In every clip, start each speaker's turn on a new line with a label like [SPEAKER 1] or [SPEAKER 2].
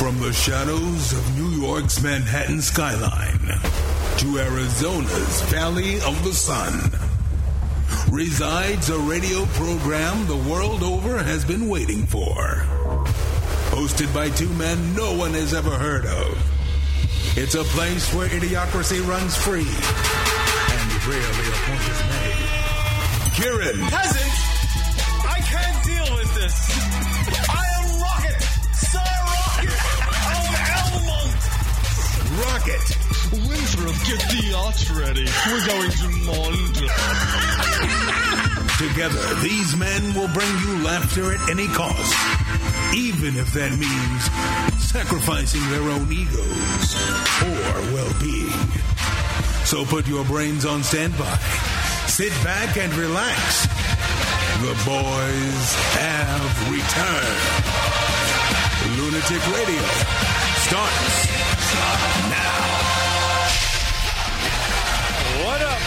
[SPEAKER 1] From the shadows of New York's Manhattan skyline to Arizona's Valley of the Sun resides a radio program the world over has been waiting for. Hosted by two men no one has ever heard of. It's a place where idiocracy runs free and rarely a point is made. Kieran.
[SPEAKER 2] Peasant, I can't deal with this. I am Rocket, Sir Rocket of Elmont.
[SPEAKER 1] Rocket.
[SPEAKER 2] Winthrop, get the yachts ready. We're going to Mondo.
[SPEAKER 1] Together, these men will bring you laughter at any cost, even if that means sacrificing their own egos or well being. So put your brains on standby, sit back and relax. The boys have returned. Lunatic Radio starts now.
[SPEAKER 3] What up?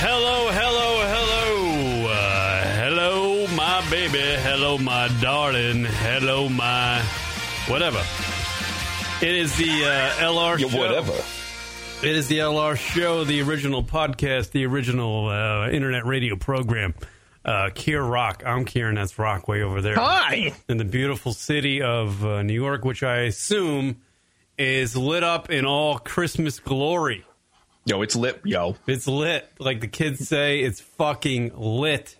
[SPEAKER 3] Hello, hello, hello. Uh, hello, my baby. Hello, my darling. Hello, my whatever. It is the uh, LR
[SPEAKER 4] Yeah,
[SPEAKER 3] show.
[SPEAKER 4] whatever.
[SPEAKER 3] It is the LR show, the original podcast, the original uh, internet radio program. Uh, Kier Rock. I'm Kieran. That's Rock way over there.
[SPEAKER 5] Hi.
[SPEAKER 3] In the beautiful city of uh, New York, which I assume is lit up in all Christmas glory.
[SPEAKER 4] Yo, it's lit, yo.
[SPEAKER 3] It's lit. Like the kids say, it's fucking lit.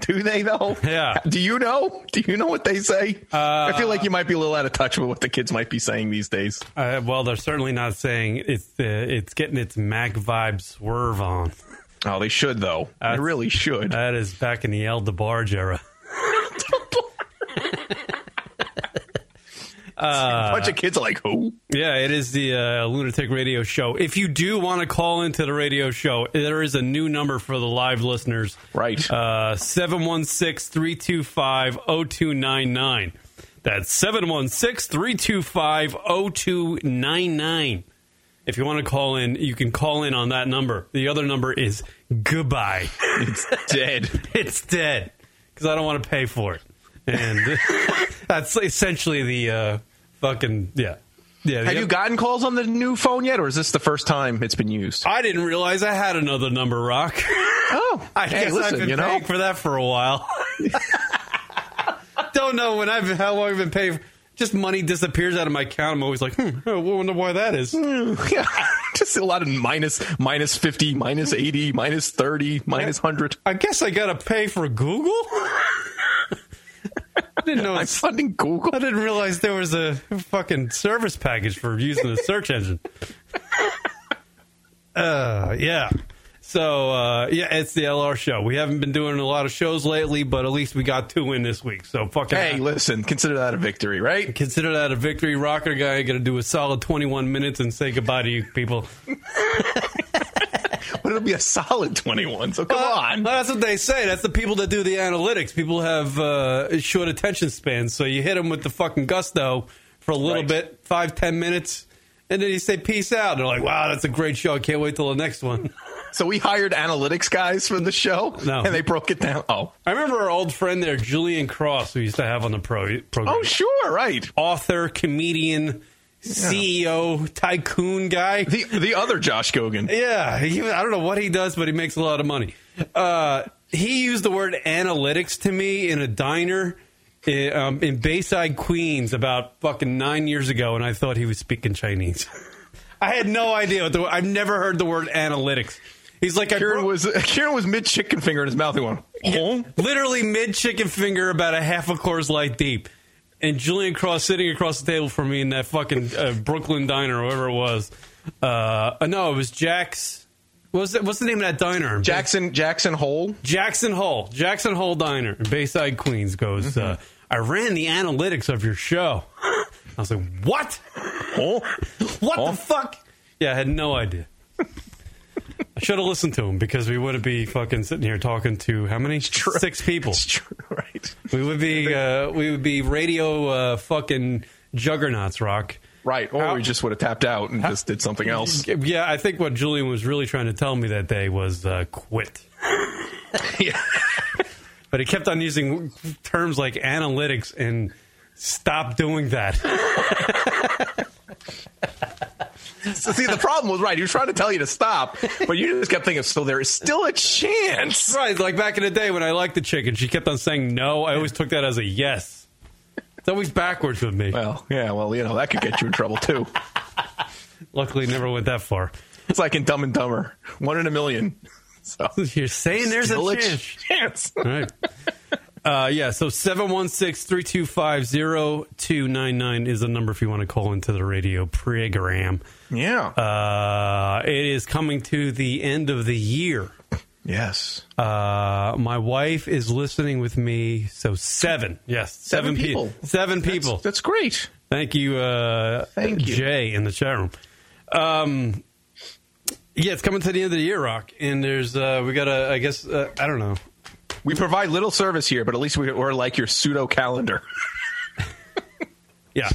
[SPEAKER 4] Do they though?
[SPEAKER 3] Yeah.
[SPEAKER 4] Do you know? Do you know what they say? I feel like you might be a little out of touch with what the kids might be saying these days.
[SPEAKER 3] Uh, well, they're certainly not saying it's uh, it's getting its Mac vibe swerve on.
[SPEAKER 4] Oh, they should though. Uh, they really should.
[SPEAKER 3] That is back in the El DeBarge era.
[SPEAKER 4] a bunch of kids are like, who?
[SPEAKER 3] Yeah, it is the uh, Lunatic Radio Show. If you do want to call into the radio show, there is a new number for the live listeners.
[SPEAKER 4] Right.
[SPEAKER 3] Uh, 716-325-0299. That's 716-325-0299. If you want to call in, you can call in on that number. The other number is goodbye.
[SPEAKER 4] it's dead.
[SPEAKER 3] it's dead because I don't want to pay for it. And that's essentially the uh, fucking yeah. Yeah, the
[SPEAKER 4] Have you gotten calls on the new phone yet, or is this the first time it's been used?
[SPEAKER 3] I didn't realize I had another number, Rock.
[SPEAKER 4] Oh,
[SPEAKER 3] I
[SPEAKER 4] hey,
[SPEAKER 3] guess I've
[SPEAKER 4] listen,
[SPEAKER 3] been
[SPEAKER 4] you know,
[SPEAKER 3] paying for that for a while. Don't know when I've how long I've been paying. For, just money disappears out of my account. I'm always like, hmm, I wonder why that is.
[SPEAKER 4] yeah, just a lot of minus, minus fifty, minus eighty, minus thirty, minus hundred.
[SPEAKER 3] I guess I gotta pay for Google. I didn't know.
[SPEAKER 4] I'm
[SPEAKER 3] it's-
[SPEAKER 4] funding Google.
[SPEAKER 3] I didn't realize there was a fucking service package for using a search engine. Uh, yeah. So uh, yeah, it's the LR show. We haven't been doing a lot of shows lately, but at least we got two in this week. So fucking
[SPEAKER 4] Hey, listen, consider that a victory, right?
[SPEAKER 3] consider that a victory. Rocker guy going to do a solid 21 minutes and say goodbye to you people.
[SPEAKER 4] But it'll be a solid twenty-one. So come on.
[SPEAKER 3] Well, that's what they say. That's the people that do the analytics. People have uh, short attention spans, so you hit them with the fucking gusto for a little
[SPEAKER 4] Right.
[SPEAKER 3] bit, five ten minutes, and then you say peace out. they're like, "Wow, that's a great show. I can't wait till the next one."
[SPEAKER 4] So we hired analytics guys for the show,
[SPEAKER 3] No.
[SPEAKER 4] and they broke it down. Oh,
[SPEAKER 3] I remember our old friend there, Julian Cross, who we used to have on the pro program.
[SPEAKER 4] oh, sure, right.
[SPEAKER 3] author, comedian, CEO, tycoon guy.
[SPEAKER 4] The the other Josh Gogan.
[SPEAKER 3] Yeah, he, I don't know what he does, but he makes a lot of money. Uh, he used the word analytics to me in a diner in, um, in Bayside, Queens, about fucking nine years ago, and I thought he was speaking Chinese. I had no idea. What the, I've never heard the word analytics. He's like, I
[SPEAKER 4] Kieran
[SPEAKER 3] broke-
[SPEAKER 4] was Kieran was mid chicken finger in his mouth. He went, "Oh?" "Huh?"
[SPEAKER 3] literally mid chicken finger, about a half a course light deep. And Julian Cross sitting across the table from me in that fucking uh, Brooklyn diner, or whatever it was. Uh, no, it was Jack's. What's the, what's the name of that diner?
[SPEAKER 4] Jackson Jackson Hole.
[SPEAKER 3] Jackson Hole, Jackson Hole Diner in Bayside, Queens goes,
[SPEAKER 4] Mm-hmm.
[SPEAKER 3] uh, I ran the analytics of your show. I was like, what?
[SPEAKER 4] Huh?
[SPEAKER 3] What
[SPEAKER 4] Huh?
[SPEAKER 3] the fuck? Yeah, I had no idea. I should have listened to him because we wouldn't be fucking sitting here talking to how many?
[SPEAKER 4] true.
[SPEAKER 3] Six people.
[SPEAKER 4] It's true, right?
[SPEAKER 3] We would be uh, we would be radio uh, fucking juggernauts, rock.
[SPEAKER 4] Right. Or we just would have tapped out and just did something else.
[SPEAKER 3] Yeah, I think what Julian was really trying to tell me that day was uh, quit.
[SPEAKER 4] yeah.
[SPEAKER 3] But he kept on using terms like analytics and Stop doing that.
[SPEAKER 4] So, see, the problem was right. He was trying to tell you to stop, but you just kept thinking, so there is still a chance.
[SPEAKER 3] right, like back in the day when I liked the chicken, she kept on saying no. I always took that as a yes. It's always backwards with me.
[SPEAKER 4] Well, yeah, well, you know, that could get you in trouble too.
[SPEAKER 3] Luckily, never went that far.
[SPEAKER 4] It's like in Dumb and Dumber, one in a million. So,
[SPEAKER 3] You're saying there's
[SPEAKER 4] still
[SPEAKER 3] a chance.
[SPEAKER 4] chance.
[SPEAKER 3] All right. Uh, yeah, so 716-325-0299 is the number if you want to call into the radio program.
[SPEAKER 4] Yeah.
[SPEAKER 3] Uh, it is coming to the end of the year.
[SPEAKER 4] yes.
[SPEAKER 3] Uh, my wife is listening with me, so seven. Yes, seven,
[SPEAKER 4] Seven
[SPEAKER 3] peo-
[SPEAKER 4] people.
[SPEAKER 3] Seven people.
[SPEAKER 4] That's great.
[SPEAKER 3] Thank you, uh,
[SPEAKER 4] Thank you.
[SPEAKER 3] Jay, in the chat room. Um, yeah, it's coming to the end of the year, Rock, and there's uh, we got a. I guess uh, I don't know.
[SPEAKER 4] We provide little service here, but at least we, we're like your pseudo calendar.
[SPEAKER 3] Yeah,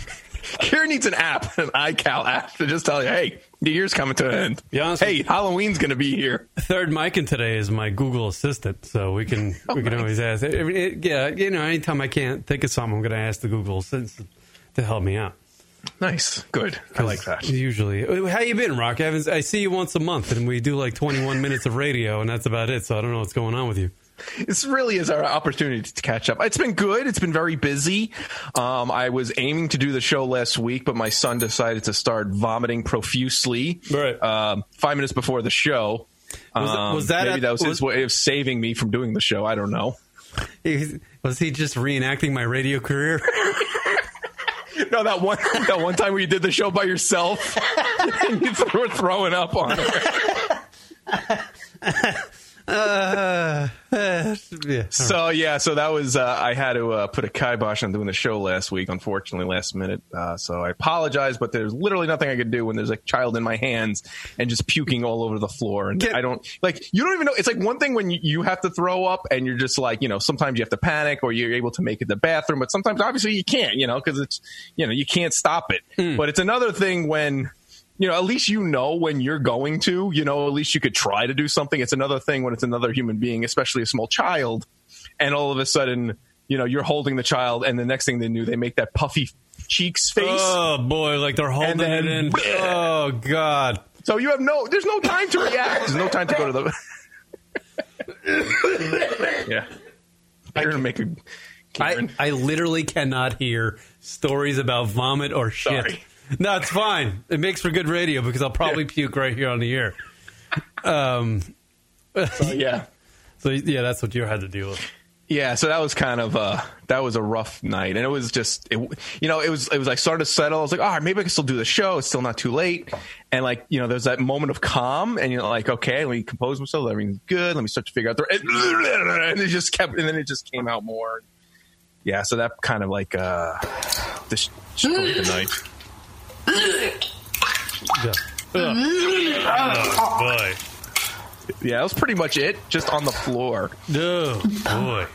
[SPEAKER 4] Here needs an app, an iCal app to just tell you, hey, the year's coming to an end.
[SPEAKER 3] Be honest
[SPEAKER 4] hey,
[SPEAKER 3] with-
[SPEAKER 4] Halloween's going to be here.
[SPEAKER 3] third mic in today is my Google Assistant, so we can we can
[SPEAKER 4] nice.
[SPEAKER 3] always ask. I mean, it- yeah, you know, anytime I can't think of something, I'm going to ask the Google Assistant to help me out.
[SPEAKER 4] Nice. Good. I like that.
[SPEAKER 3] Usually, how you been, Rock? I, haven't- I see you once a month, and we do like 21 minutes of radio, and that's about it. So I don't know what's going on with you.
[SPEAKER 4] This really is our opportunity to catch up. It's been good. It's been very busy. Um, I was aiming to do the show last week, but my son decided to start vomiting profusely.
[SPEAKER 3] Right.
[SPEAKER 4] Um, five minutes before the show.
[SPEAKER 3] Was that-
[SPEAKER 4] Um,
[SPEAKER 3] was that
[SPEAKER 4] maybe
[SPEAKER 3] at-
[SPEAKER 4] that was,
[SPEAKER 3] was-
[SPEAKER 4] his way of saving me from doing the show? I don't know.
[SPEAKER 3] He's- Was he just reenacting my radio career?
[SPEAKER 4] No, that one that one time where you did the show by yourself and you th- were throwing up on it.
[SPEAKER 3] Uh, yeah.
[SPEAKER 4] So yeah, so that was uh, I had to uh, put a kibosh on doing the show last week, unfortunately, last minute. Uh, so I apologize, but there's literally nothing I could do when there's a child in my hands and just puking all over the floor. And
[SPEAKER 3] Get-
[SPEAKER 4] I don't like you don't even know. It's like one thing when you, you have to throw up and you're just like you know sometimes you have to panic or you're able to make it to the bathroom, but sometimes obviously you can't, you know, because it's you know you can't stop it. But it's another thing when you know, at least you know when you're going to, you know, at least you could try to do something. It's another thing when it's another human being, especially a small child, and all of a sudden, you know, you're holding the child, and the next thing they knew, they make that puffy cheeks face.
[SPEAKER 3] Oh boy, like they're holding
[SPEAKER 4] then-
[SPEAKER 3] it in. Oh god.
[SPEAKER 4] so you have no, there's no time to react. There's no time to go to the. yeah, you're gonna make a.
[SPEAKER 3] I,
[SPEAKER 4] Karen.
[SPEAKER 3] I literally cannot hear stories about vomit or shit.
[SPEAKER 4] Sorry.
[SPEAKER 3] No, it's fine. It makes for good radio because I'll probably
[SPEAKER 4] Yeah.
[SPEAKER 3] puke right here on the air.
[SPEAKER 4] So, uh, yeah.
[SPEAKER 3] So yeah, that's what you had to deal with.
[SPEAKER 4] Yeah, so that was kind of uh that was a rough night, and it was just it, you know it was it was like starting to settle. I was like, all right, maybe I can still do the show. It's still not too late, and like you know, there's that moment of calm, and you're like, okay, let me compose myself. Everything's good. Let me start to figure out the and it just kept, and then it just came out more. Yeah, so that kind of like uh this the night.
[SPEAKER 3] Yeah. Oh
[SPEAKER 4] Yeah, that was pretty much it, just on the floor,
[SPEAKER 3] boy. Oh boy.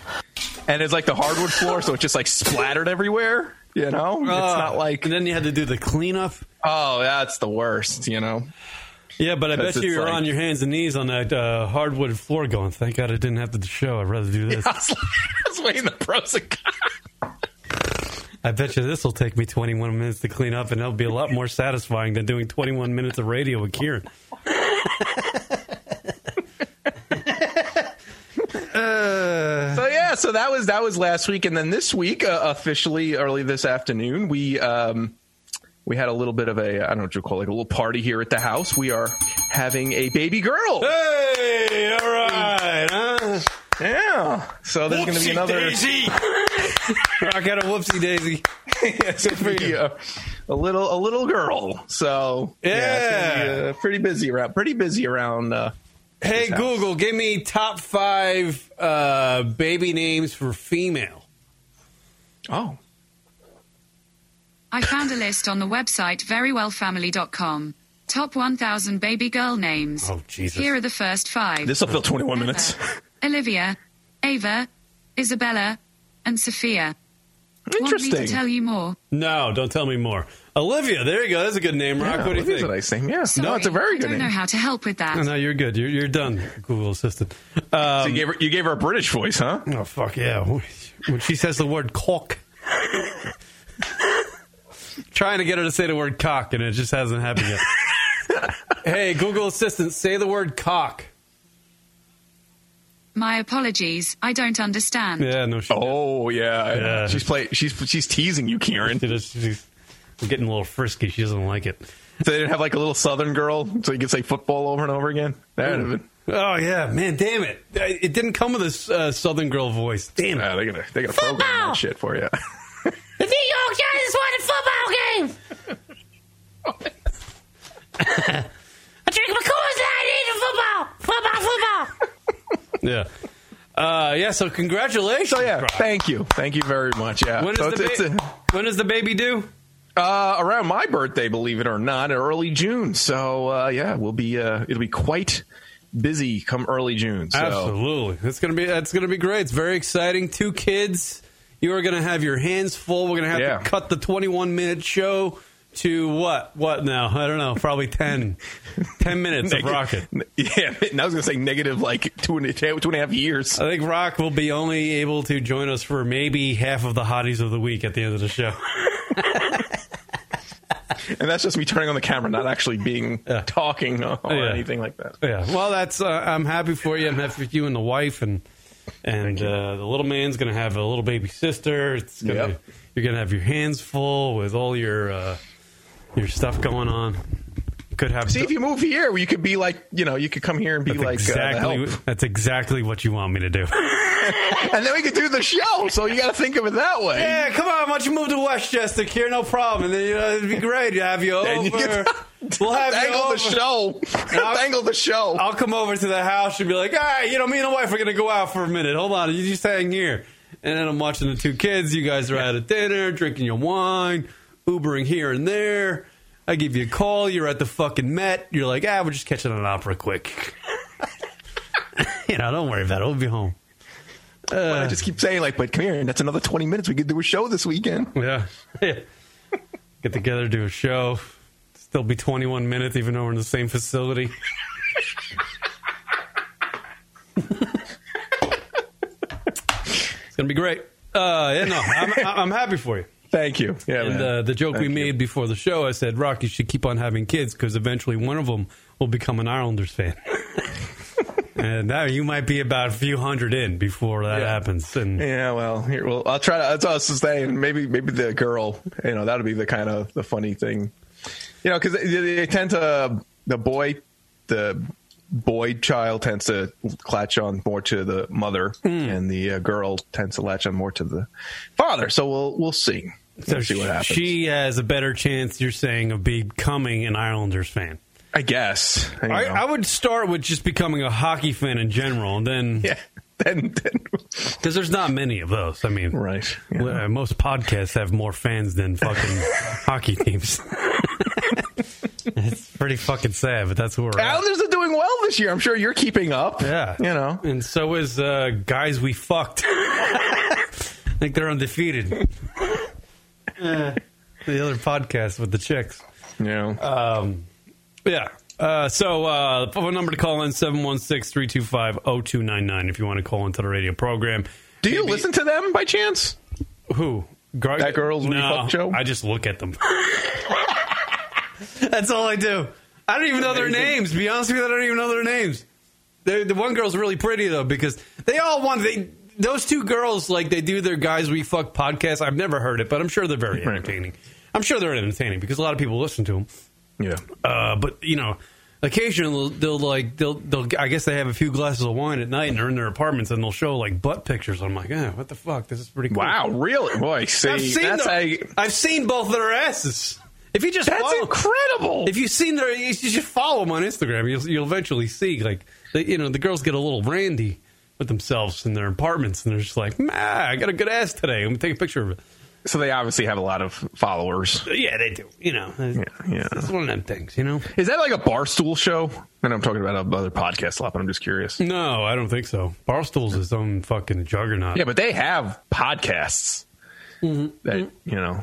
[SPEAKER 4] and it's like the hardwood floor, so it just like splattered everywhere. You know, it's not like
[SPEAKER 3] Ah. And then you had to do the cleanup.
[SPEAKER 4] oh, that's the worst. You know.
[SPEAKER 3] Yeah, but I
[SPEAKER 4] 'Cause
[SPEAKER 3] bet you
[SPEAKER 4] it's
[SPEAKER 3] you're
[SPEAKER 4] like-
[SPEAKER 3] on your hands and knees on that uh, hardwood floor, going, "Thank God I didn't have to do the show. I'd rather do this."
[SPEAKER 4] I was, like, I was weighing the pros and cons.
[SPEAKER 3] I bet you this will take me 21 minutes to clean up, and that'll be a lot more satisfying than doing 21 minutes of radio with Kieran.
[SPEAKER 4] So yeah, so that was that was last week, and then this week, uh, officially early this afternoon, we um, we had a little bit of a I don't know what you call it, like a little party here at the house. We are having a baby girl.
[SPEAKER 3] Hey, all right. Huh?
[SPEAKER 4] Yeah. So there's going to be another
[SPEAKER 3] Rock out a whoopsie daisy.
[SPEAKER 4] it's gonna be a, a little a little girl. So it's gonna be, uh, pretty busy around pretty busy around. Uh,
[SPEAKER 3] Hey,
[SPEAKER 4] house.
[SPEAKER 3] Google, give me top five uh, baby names for female.
[SPEAKER 4] oh,
[SPEAKER 5] I found a list on the website verywellfamily.com. Top 1000 baby girl names.
[SPEAKER 3] Oh, Jesus.
[SPEAKER 5] Here are the first five
[SPEAKER 4] this will fill 21 minutes.
[SPEAKER 5] Olivia, Ava, Isabella, and Sophia. Want me to
[SPEAKER 4] Interesting.
[SPEAKER 5] tell you more?
[SPEAKER 3] No, don't tell me more. Olivia, there you go. That's a good name, Rock. what do you
[SPEAKER 4] Olivia's
[SPEAKER 3] think?
[SPEAKER 4] a nice name. Yeah. no,
[SPEAKER 5] Sorry,
[SPEAKER 4] it's a very
[SPEAKER 5] I
[SPEAKER 4] good
[SPEAKER 5] don't know
[SPEAKER 4] name.
[SPEAKER 5] how to help with that.
[SPEAKER 3] Oh, no, you're good. You're, you're done, Google Assistant. Uh,
[SPEAKER 4] so you gave her you gave her a British voice, huh?
[SPEAKER 3] oh, fuck yeah. When she says the word cock, trying to get her to say the word cock, and it just hasn't happened yet. hey, Google Assistant, say the word cock.
[SPEAKER 5] My apologies, I don't understand.
[SPEAKER 3] Yeah, no shit.
[SPEAKER 4] Oh yeah,
[SPEAKER 3] Yeah.
[SPEAKER 4] she's play. She's she's teasing you, Kieran.
[SPEAKER 3] She just- she's getting a little frisky. She doesn't like it.
[SPEAKER 4] they didn't have like a little Southern girl, so you could say football over and over again. That would have been.
[SPEAKER 3] Oh yeah, man, damn it! It didn't come with a uh, Southern girl voice. Damn
[SPEAKER 4] Uh,
[SPEAKER 3] it!
[SPEAKER 4] they gotta they gotta program
[SPEAKER 6] Football!
[SPEAKER 4] that shit for you.
[SPEAKER 6] The New York Giants won a football game. I drink my Coors Light, eat the football, football, football.
[SPEAKER 3] Yeah, uh, yeah. So congratulations.
[SPEAKER 4] so Oh, yeah,
[SPEAKER 3] Brian.
[SPEAKER 4] thank you, thank you very much. Yeah,
[SPEAKER 3] When is
[SPEAKER 4] so
[SPEAKER 3] the
[SPEAKER 4] it's,
[SPEAKER 3] ba-
[SPEAKER 4] it's
[SPEAKER 3] when is the baby due?
[SPEAKER 4] a, uh, around my birthday, believe it or not, in early June. So uh, yeah, we'll be uh, it'll be quite busy come early June. So.
[SPEAKER 3] Absolutely, it's gonna be that's gonna be great. It's very exciting. Two kids. You are gonna have your hands full. We're gonna have
[SPEAKER 4] Yeah.
[SPEAKER 3] to cut the twenty-one minute show to what? What now? I don't know. Probably 10, 10 minutes of
[SPEAKER 4] Neg-
[SPEAKER 3] Rocket.
[SPEAKER 4] Yeah, and I was gonna say negative like two and a, two and a half years.
[SPEAKER 3] I think Rock will be only able to join us for maybe half of the hotties of the week at the end of the show.
[SPEAKER 4] And that's just me turning on the camera, not actually being talking or
[SPEAKER 3] Yeah.
[SPEAKER 4] anything like that.
[SPEAKER 3] Yeah. Well, that's. Uh, I'm happy for you. I'm happy for you and the wife, and and uh, the little man's gonna have a little baby sister. It's gonna.
[SPEAKER 4] Yep.
[SPEAKER 3] You're gonna have your hands full with all your uh, your stuff going on. Could have.
[SPEAKER 4] See if you move here, you could be like, you know, you could come here and be
[SPEAKER 3] that's
[SPEAKER 4] like, uh,
[SPEAKER 3] exactly.
[SPEAKER 4] the help.
[SPEAKER 3] that's exactly what you want me to do.
[SPEAKER 4] and then we could do the show. So you got to think of it that way.
[SPEAKER 3] yeah. Come on. Why don't you move to Westchester, here? No problem. And then you know, it'd be great to have you
[SPEAKER 4] Then you
[SPEAKER 3] over.
[SPEAKER 4] get-
[SPEAKER 3] we'll have you
[SPEAKER 4] Dangle
[SPEAKER 3] over.
[SPEAKER 4] the show.
[SPEAKER 3] I'll-
[SPEAKER 4] Dangle the show.
[SPEAKER 3] I'll come over to the house and be like, all right, you know, me and the wife are going to go out for a minute. Hold on. You just hang here. And then I'm watching the two kids. You guys are out at dinner, drinking your wine, Ubering here and there. I give you a call. You're at the fucking Met. You're like, ah, we're just catching an opera quick. you know, don't worry about it. We'll be home.
[SPEAKER 4] But I just keep saying, like, but come here, and that's another 20 minutes. We could do a show this weekend.
[SPEAKER 3] Yeah. Get together, do a show. Still be 21 minutes, even though we're in the same facility. it's going to be great. Uh, yeah, no, I'm, I'm happy for you.
[SPEAKER 4] Thank you. Yeah,
[SPEAKER 3] And
[SPEAKER 4] man.
[SPEAKER 3] uh, the joke we
[SPEAKER 4] Thank you.
[SPEAKER 3] made before the show, I said, Rock, you should keep on having kids because eventually one of them will become an Islanders fan. and now you might be about a few hundred in before that
[SPEAKER 4] Yeah.
[SPEAKER 3] happens. And
[SPEAKER 4] Yeah, well, here, well, I'll try to. That's what I was saying. Maybe, maybe the girl. You know, that'll be the kind of the funny thing. You know, because they, they tend to the boy, the boy child tends to latch on more to the mother,
[SPEAKER 3] Hmm.
[SPEAKER 4] and the uh, girl tends to latch on more to the father. So we'll we'll see.
[SPEAKER 3] So
[SPEAKER 4] we'll see what happens.
[SPEAKER 3] She has a better chance, you're saying, of becoming an Islanders fan.
[SPEAKER 4] I guess. you
[SPEAKER 3] I,
[SPEAKER 4] know.
[SPEAKER 3] I would start with just becoming a hockey fan in general, and then
[SPEAKER 4] Yeah. Then, then
[SPEAKER 3] because there's not many of those. I mean,
[SPEAKER 4] right. Yeah.
[SPEAKER 3] well, uh, most podcasts have more fans than fucking hockey teams. it's pretty fucking sad, but that's who we're at.
[SPEAKER 4] Islanders are doing well this year. I'm sure you're keeping up.
[SPEAKER 3] Yeah,
[SPEAKER 4] You know.
[SPEAKER 3] and so is uh, guys we fucked. I think they're undefeated. Uh, the other podcast with the chicks.
[SPEAKER 4] Yeah.
[SPEAKER 3] Uh, Um, Yeah. Uh, so uh, phone number to call in 716-325-0299 if you want to call into the radio program.
[SPEAKER 4] Do you listen to them by chance?
[SPEAKER 3] Who? Gar-
[SPEAKER 4] That girl's we
[SPEAKER 3] no,
[SPEAKER 4] fucked show?
[SPEAKER 3] I just look at them. That's all I do. I don't even know their names. To be honest with you, I don't even know their names. The the one girl's really pretty though because they all want they those two girls like they do their guys we fuck podcast. I've never heard it, but I'm sure they're very
[SPEAKER 4] Right.
[SPEAKER 3] entertaining. I'm sure they're entertaining because a lot of people listen to them.
[SPEAKER 4] Yeah.
[SPEAKER 3] Uh, but you know, occasionally they'll, they'll like they'll they'll I guess they have a few glasses of wine at night and they're in their apartments and they'll show like butt pictures. I'm like, eh, what the fuck? This is pretty cool.
[SPEAKER 4] Wow, really? Boy, see,
[SPEAKER 3] I've seen
[SPEAKER 4] that's
[SPEAKER 3] them.
[SPEAKER 4] how you-
[SPEAKER 3] I've seen both of their asses. If you just
[SPEAKER 4] that's
[SPEAKER 3] follow,
[SPEAKER 4] incredible.
[SPEAKER 3] if you've seen their, you should follow them on Instagram. You'll you'll eventually see like the, you know the girls get a little randy with themselves in their apartments and they're just like, nah, I got a good ass today. Let me take a picture of it.
[SPEAKER 4] so they obviously have a lot of followers.
[SPEAKER 3] But yeah, they do. You know,
[SPEAKER 4] yeah.
[SPEAKER 3] it's one of them things. You know.
[SPEAKER 4] Is that like a barstool show? I know I'm talking about other podcasts a lot, but I'm just curious.
[SPEAKER 3] No, I don't think so. Barstool's his own fucking juggernaut.
[SPEAKER 4] Yeah, but they have podcasts
[SPEAKER 3] Mm-hmm.
[SPEAKER 4] that you know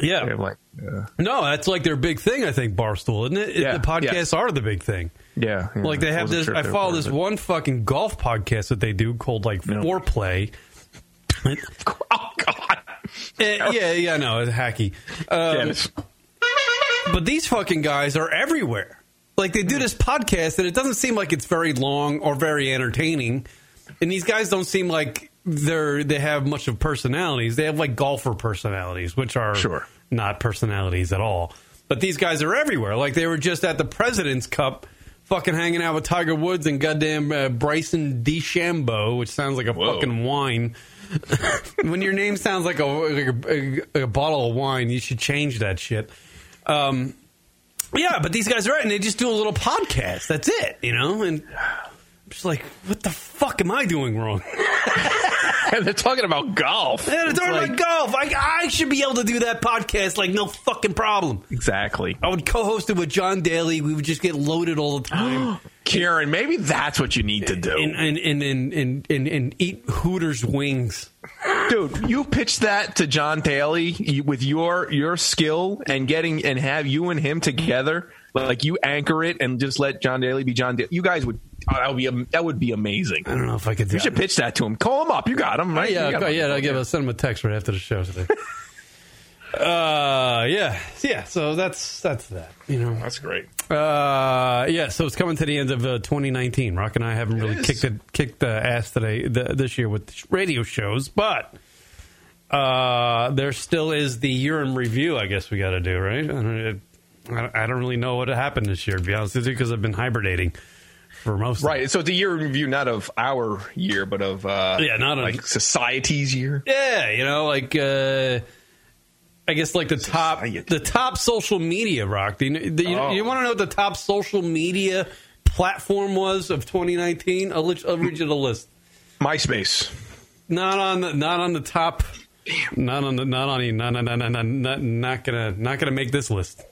[SPEAKER 3] Yeah.
[SPEAKER 4] they have like uh,
[SPEAKER 3] No, that's like their big thing, I think, Barstool, isn't it?
[SPEAKER 4] Yeah,
[SPEAKER 3] The podcasts are the big thing.
[SPEAKER 4] yeah, yeah.
[SPEAKER 3] Like they have
[SPEAKER 4] Wasn't
[SPEAKER 3] this
[SPEAKER 4] sure if
[SPEAKER 3] I
[SPEAKER 4] they were
[SPEAKER 3] follow
[SPEAKER 4] part
[SPEAKER 3] this
[SPEAKER 4] of
[SPEAKER 3] one fucking golf podcast that they do called like
[SPEAKER 4] No.
[SPEAKER 3] Foreplay.
[SPEAKER 4] it. Oh God,
[SPEAKER 3] Eh, yeah, yeah, no, it's hacky. Um,
[SPEAKER 4] Damn it.
[SPEAKER 3] But these fucking guys are everywhere. Like they do this podcast, and it doesn't seem like it's very long or very entertaining. And these guys don't seem like they're they have much of personalities. They have like golfer personalities, which are
[SPEAKER 4] Sure.
[SPEAKER 3] not personalities at all. But these guys are everywhere. Like they were just at the President's Cup, fucking hanging out with Tiger Woods and goddamn uh, Bryson DeChambeau, which sounds like a
[SPEAKER 4] Whoa.
[SPEAKER 3] fucking wine. when your name sounds like a, like a, a, a bottle of wine, you should change that shit. Um, yeah, but these guys are right, and they just do a little podcast. That's it, you know. And I'm just like, what the fuck am I doing wrong?
[SPEAKER 4] And they're talking about golf.
[SPEAKER 3] Yeah, it's
[SPEAKER 4] It's
[SPEAKER 3] like,
[SPEAKER 4] like-
[SPEAKER 3] golf. I, I should be able to do that podcast like no fucking problem.
[SPEAKER 4] Exactly.
[SPEAKER 3] I would co-host it with John Daly. We would just get loaded all the time
[SPEAKER 4] Karen, maybe that's what you need to do.
[SPEAKER 3] and, and, and, and, and, and, and eat Hooters wings.
[SPEAKER 4] Dude, you pitched that to John Daly you- with your your skill and getting and have you and him together. Like you anchor it and just let John Daly be John Daly. You guys would oh, that would be am- that would be amazing.
[SPEAKER 3] I don't know if I could do
[SPEAKER 4] You should pitch that to him. Call him up. You got him, right?
[SPEAKER 3] Yeah,
[SPEAKER 4] You got
[SPEAKER 3] yeah,
[SPEAKER 4] him.
[SPEAKER 3] I'll give, I'll send him a text right after the show today. uh, yeah, yeah. So that's that's that. You know.
[SPEAKER 4] That's great.
[SPEAKER 3] Uh, yeah, so it's coming to the end of uh, 2019. Rock and I haven't really
[SPEAKER 4] is.
[SPEAKER 3] kicked the, kicked the ass today the, this year with sh- radio shows, but uh, there still is the year in review. I guess we got to do right. I don't, it, I don't- I don't really know what happened this year, to be honest with you, because I've been hibernating for most. of it.
[SPEAKER 4] Right. So it's a year in review, not of our year, but of uh,
[SPEAKER 3] Yeah, not of-
[SPEAKER 4] like society's year.
[SPEAKER 3] Yeah, you know, like uh, I guess like the top
[SPEAKER 4] Society.
[SPEAKER 3] the top social media rock. Do you, kn- do you,
[SPEAKER 4] Oh.
[SPEAKER 3] you want to know what the top social media platform was of 2019? I'll, let you- I'll read you the list.
[SPEAKER 4] MySpace.
[SPEAKER 3] Not on the not on the top. Not on the not on the- not not not not, not, not gonna not gonna make this list.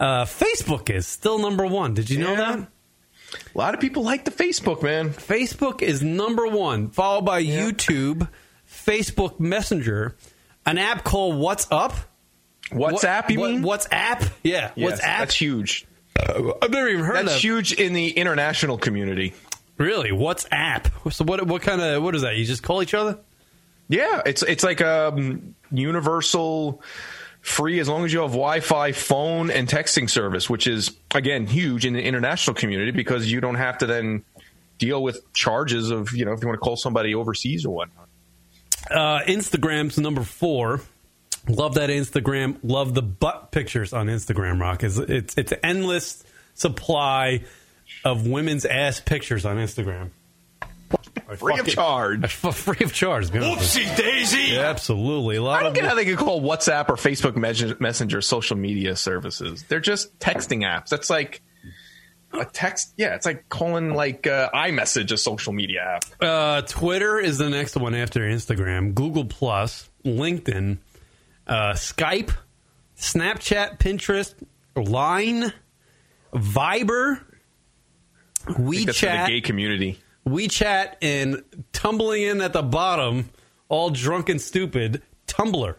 [SPEAKER 3] uh, Facebook is still number one. Did you know
[SPEAKER 4] Yeah.
[SPEAKER 3] that?
[SPEAKER 4] A lot of people like the Facebook man.
[SPEAKER 3] Facebook is number one, followed by YouTube, Facebook Messenger, an app called What's Up.
[SPEAKER 4] WhatsApp. you
[SPEAKER 3] what-
[SPEAKER 4] mean?
[SPEAKER 3] WhatsApp? Yeah,
[SPEAKER 4] Yes,
[SPEAKER 3] WhatsApp.
[SPEAKER 4] That's huge.
[SPEAKER 3] I've never even heard of
[SPEAKER 4] That's
[SPEAKER 3] that.
[SPEAKER 4] huge in the international community.
[SPEAKER 3] Really, WhatsApp. So what? What kind of what is that? You just call each other?
[SPEAKER 4] Yeah, it's it's like um, universal free as long as you have Wi-Fi phone and texting service, which is again huge in the international community because you don't have to then deal with charges of you know if you want to call somebody overseas or whatnot.
[SPEAKER 3] Uh, Instagram's number four. Love that Instagram. Love the butt pictures on Instagram. Rock is it's it's an endless supply of women's ass pictures on Instagram. I
[SPEAKER 4] Free of
[SPEAKER 3] fucking-
[SPEAKER 4] charge.
[SPEAKER 3] I fu- free of charge. to be honest with you.
[SPEAKER 2] Oopsie daisy.
[SPEAKER 3] Yeah, absolutely. A lot
[SPEAKER 4] I don't
[SPEAKER 3] of
[SPEAKER 4] get how they could call WhatsApp or Facebook Mes- Messenger social media services. They're just texting apps. That's like a text. Yeah, it's like calling like uh, iMessage a social media app.
[SPEAKER 3] Uh, Twitter is the next one after Instagram. Google Plus, LinkedIn, uh, Skype, Snapchat, Pinterest, Line, Viber,
[SPEAKER 4] That's for the gay
[SPEAKER 3] WeChat,
[SPEAKER 4] community.
[SPEAKER 3] WeChat, and tumbling in at the bottom, all drunk and stupid, Tumblr.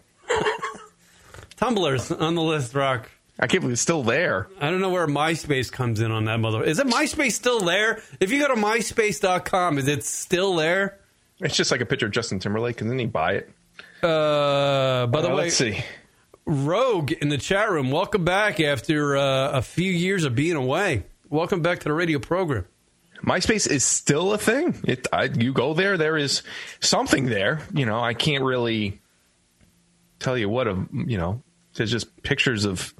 [SPEAKER 3] Tumblr's on the list, Rock.
[SPEAKER 4] I can't believe it's still there.
[SPEAKER 3] I don't know where MySpace comes in on that mother. Is it MySpace still there? If you go to MySpace.com, is it still there?
[SPEAKER 4] It's just like a picture of Justin Timberlake, and then he buy it.
[SPEAKER 3] Uh, by the
[SPEAKER 4] Uh,
[SPEAKER 3] way,
[SPEAKER 4] let's see.
[SPEAKER 3] Rogue in the chat room, welcome back after uh, a few years of being away. Welcome back to the radio program.
[SPEAKER 4] MySpace is still a thing. It, I, you go there, there is something there. You know, I can't really tell you what. A, you know, there's just pictures of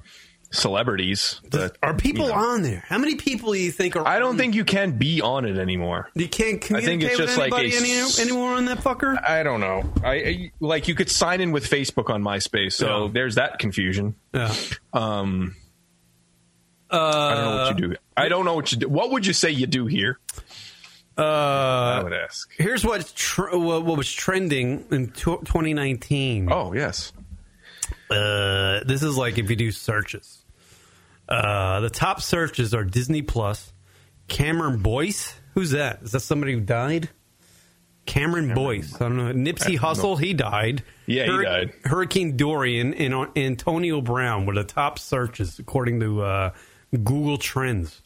[SPEAKER 4] celebrities. That,
[SPEAKER 3] are people
[SPEAKER 4] you know.
[SPEAKER 3] on there? How many people do you think are?
[SPEAKER 4] I don't
[SPEAKER 3] on-
[SPEAKER 4] think you can be on it anymore.
[SPEAKER 3] you can't
[SPEAKER 4] I think
[SPEAKER 3] communicate
[SPEAKER 4] it's just
[SPEAKER 3] with
[SPEAKER 4] like a
[SPEAKER 3] anybody any,
[SPEAKER 4] s-
[SPEAKER 3] anymore on that fucker.
[SPEAKER 4] I don't know. I, I like you could sign in with Facebook on MySpace, so
[SPEAKER 3] Yeah.
[SPEAKER 4] there's that confusion.
[SPEAKER 3] yeah.
[SPEAKER 4] Um, I don't know what you do. I don't know what you do. What would you say you do here? I
[SPEAKER 3] Uh,
[SPEAKER 4] would ask.
[SPEAKER 3] here's what, tr- what what was trending in tw 2019.
[SPEAKER 4] Oh yes.
[SPEAKER 3] Uh, this is like if you do searches. Uh, the top searches are Disney Plus, Cameron Boyce. Who's that? Is that somebody who died? Cameron, Boyce. I don't know. Nipsey Hussle. He died.
[SPEAKER 4] Yeah, he died.
[SPEAKER 3] Hurricane Dorian and uh, Antonio Brown were the top searches according to uh, Google Trends.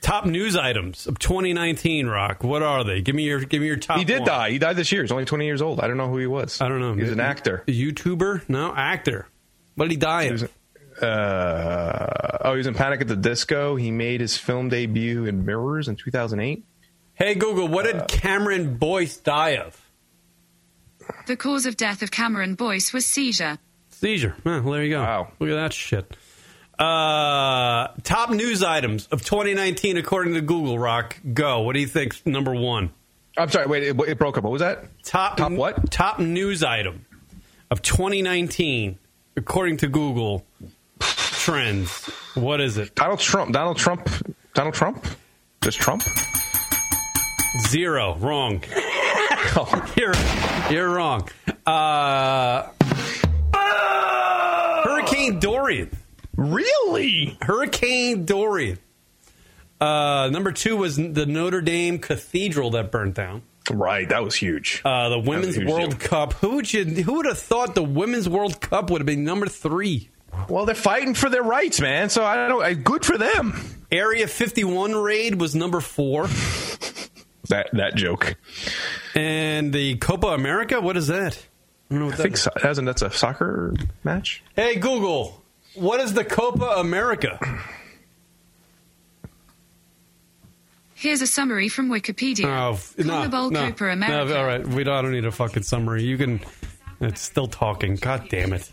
[SPEAKER 3] Top news items of 2019. Rock. What are they? Give me your. Give me your top.
[SPEAKER 4] He did
[SPEAKER 3] one.
[SPEAKER 4] die. He died this year. He's only 20 years old. I don't know who he was.
[SPEAKER 3] I don't know.
[SPEAKER 4] He's an actor.
[SPEAKER 3] YouTuber? No, actor. What did he die
[SPEAKER 4] He was,
[SPEAKER 3] of?
[SPEAKER 4] Uh, oh, he was in Panic at the Disco. He made his film debut in Mirrors in 2008.
[SPEAKER 3] Hey Google, what did Cameron Boyce die of?
[SPEAKER 5] The cause of death of Cameron Boyce was seizure.
[SPEAKER 3] Seizure. Huh, well, there you go.
[SPEAKER 4] Wow.
[SPEAKER 3] Look at that shit. Uh, top news items of 2019 according to Google Rock. Go. What do you think's number one?
[SPEAKER 4] I'm sorry, wait, it, it broke up. What was that?
[SPEAKER 3] Top
[SPEAKER 4] Top what?
[SPEAKER 3] Top news item of 2019 according to Google trends. What is it?
[SPEAKER 4] Donald Trump. Donald Trump. Donald Trump? Just Trump?
[SPEAKER 3] Zero. Wrong.
[SPEAKER 4] Oh,
[SPEAKER 3] You're you're wrong. Uh,
[SPEAKER 4] Oh.
[SPEAKER 3] Hurricane Dorian.
[SPEAKER 4] really?
[SPEAKER 3] Hurricane Dorian. Uh, number two was the Notre Dame Cathedral that burnt down.
[SPEAKER 4] Right, that was huge.
[SPEAKER 3] Uh, the Women's
[SPEAKER 4] huge
[SPEAKER 3] World
[SPEAKER 4] deal.
[SPEAKER 3] Cup. Who would you, who would have thought the Women's World Cup would have been number three?
[SPEAKER 4] well, they're fighting for their rights, man. So I don't. I, good for them.
[SPEAKER 3] Area 51 raid was number four.
[SPEAKER 4] That that joke.
[SPEAKER 3] And the Copa America, what is that? I don't know what
[SPEAKER 4] I
[SPEAKER 3] that
[SPEAKER 4] think
[SPEAKER 3] is.
[SPEAKER 4] so, hasn't that's a soccer match?
[SPEAKER 3] Hey, Google, what is the Copa America?
[SPEAKER 5] Here's a summary from Wikipedia.
[SPEAKER 3] Oh, f- no,
[SPEAKER 5] Copa Bowl
[SPEAKER 3] no,
[SPEAKER 5] Cooper America.
[SPEAKER 3] No, all right, we don't, I don't need a fucking summary. You can. It's still talking. God damn it.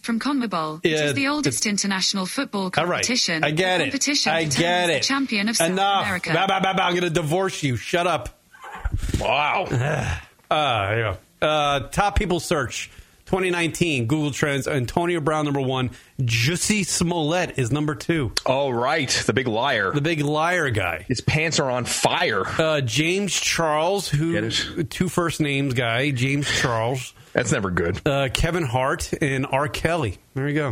[SPEAKER 5] From CONMEBOL, it
[SPEAKER 3] Yeah,
[SPEAKER 5] is the oldest
[SPEAKER 3] it's-
[SPEAKER 5] international football
[SPEAKER 3] All right,
[SPEAKER 5] competition.
[SPEAKER 3] I get
[SPEAKER 5] The
[SPEAKER 3] it.
[SPEAKER 5] competition
[SPEAKER 3] I
[SPEAKER 5] determines
[SPEAKER 3] get
[SPEAKER 5] the
[SPEAKER 3] it.
[SPEAKER 5] champion of South
[SPEAKER 3] Enough.
[SPEAKER 5] America.
[SPEAKER 3] Bah, bah, bah, bah. I'm going to divorce you. Shut up.
[SPEAKER 4] Wow.
[SPEAKER 3] Uh, there you go. Uh, top people search 2019 Google Trends. Antonio Brown number one. Jussie Smollett is number two.
[SPEAKER 4] All Oh, right, the big liar.
[SPEAKER 3] The big liar guy.
[SPEAKER 4] His pants are on fire.
[SPEAKER 3] Uh, James Charles,
[SPEAKER 4] Get
[SPEAKER 3] who
[SPEAKER 4] it?
[SPEAKER 3] two first names guy. James Charles.
[SPEAKER 4] That's never good.
[SPEAKER 3] Uh, Kevin Hart and R. Kelly. There you go.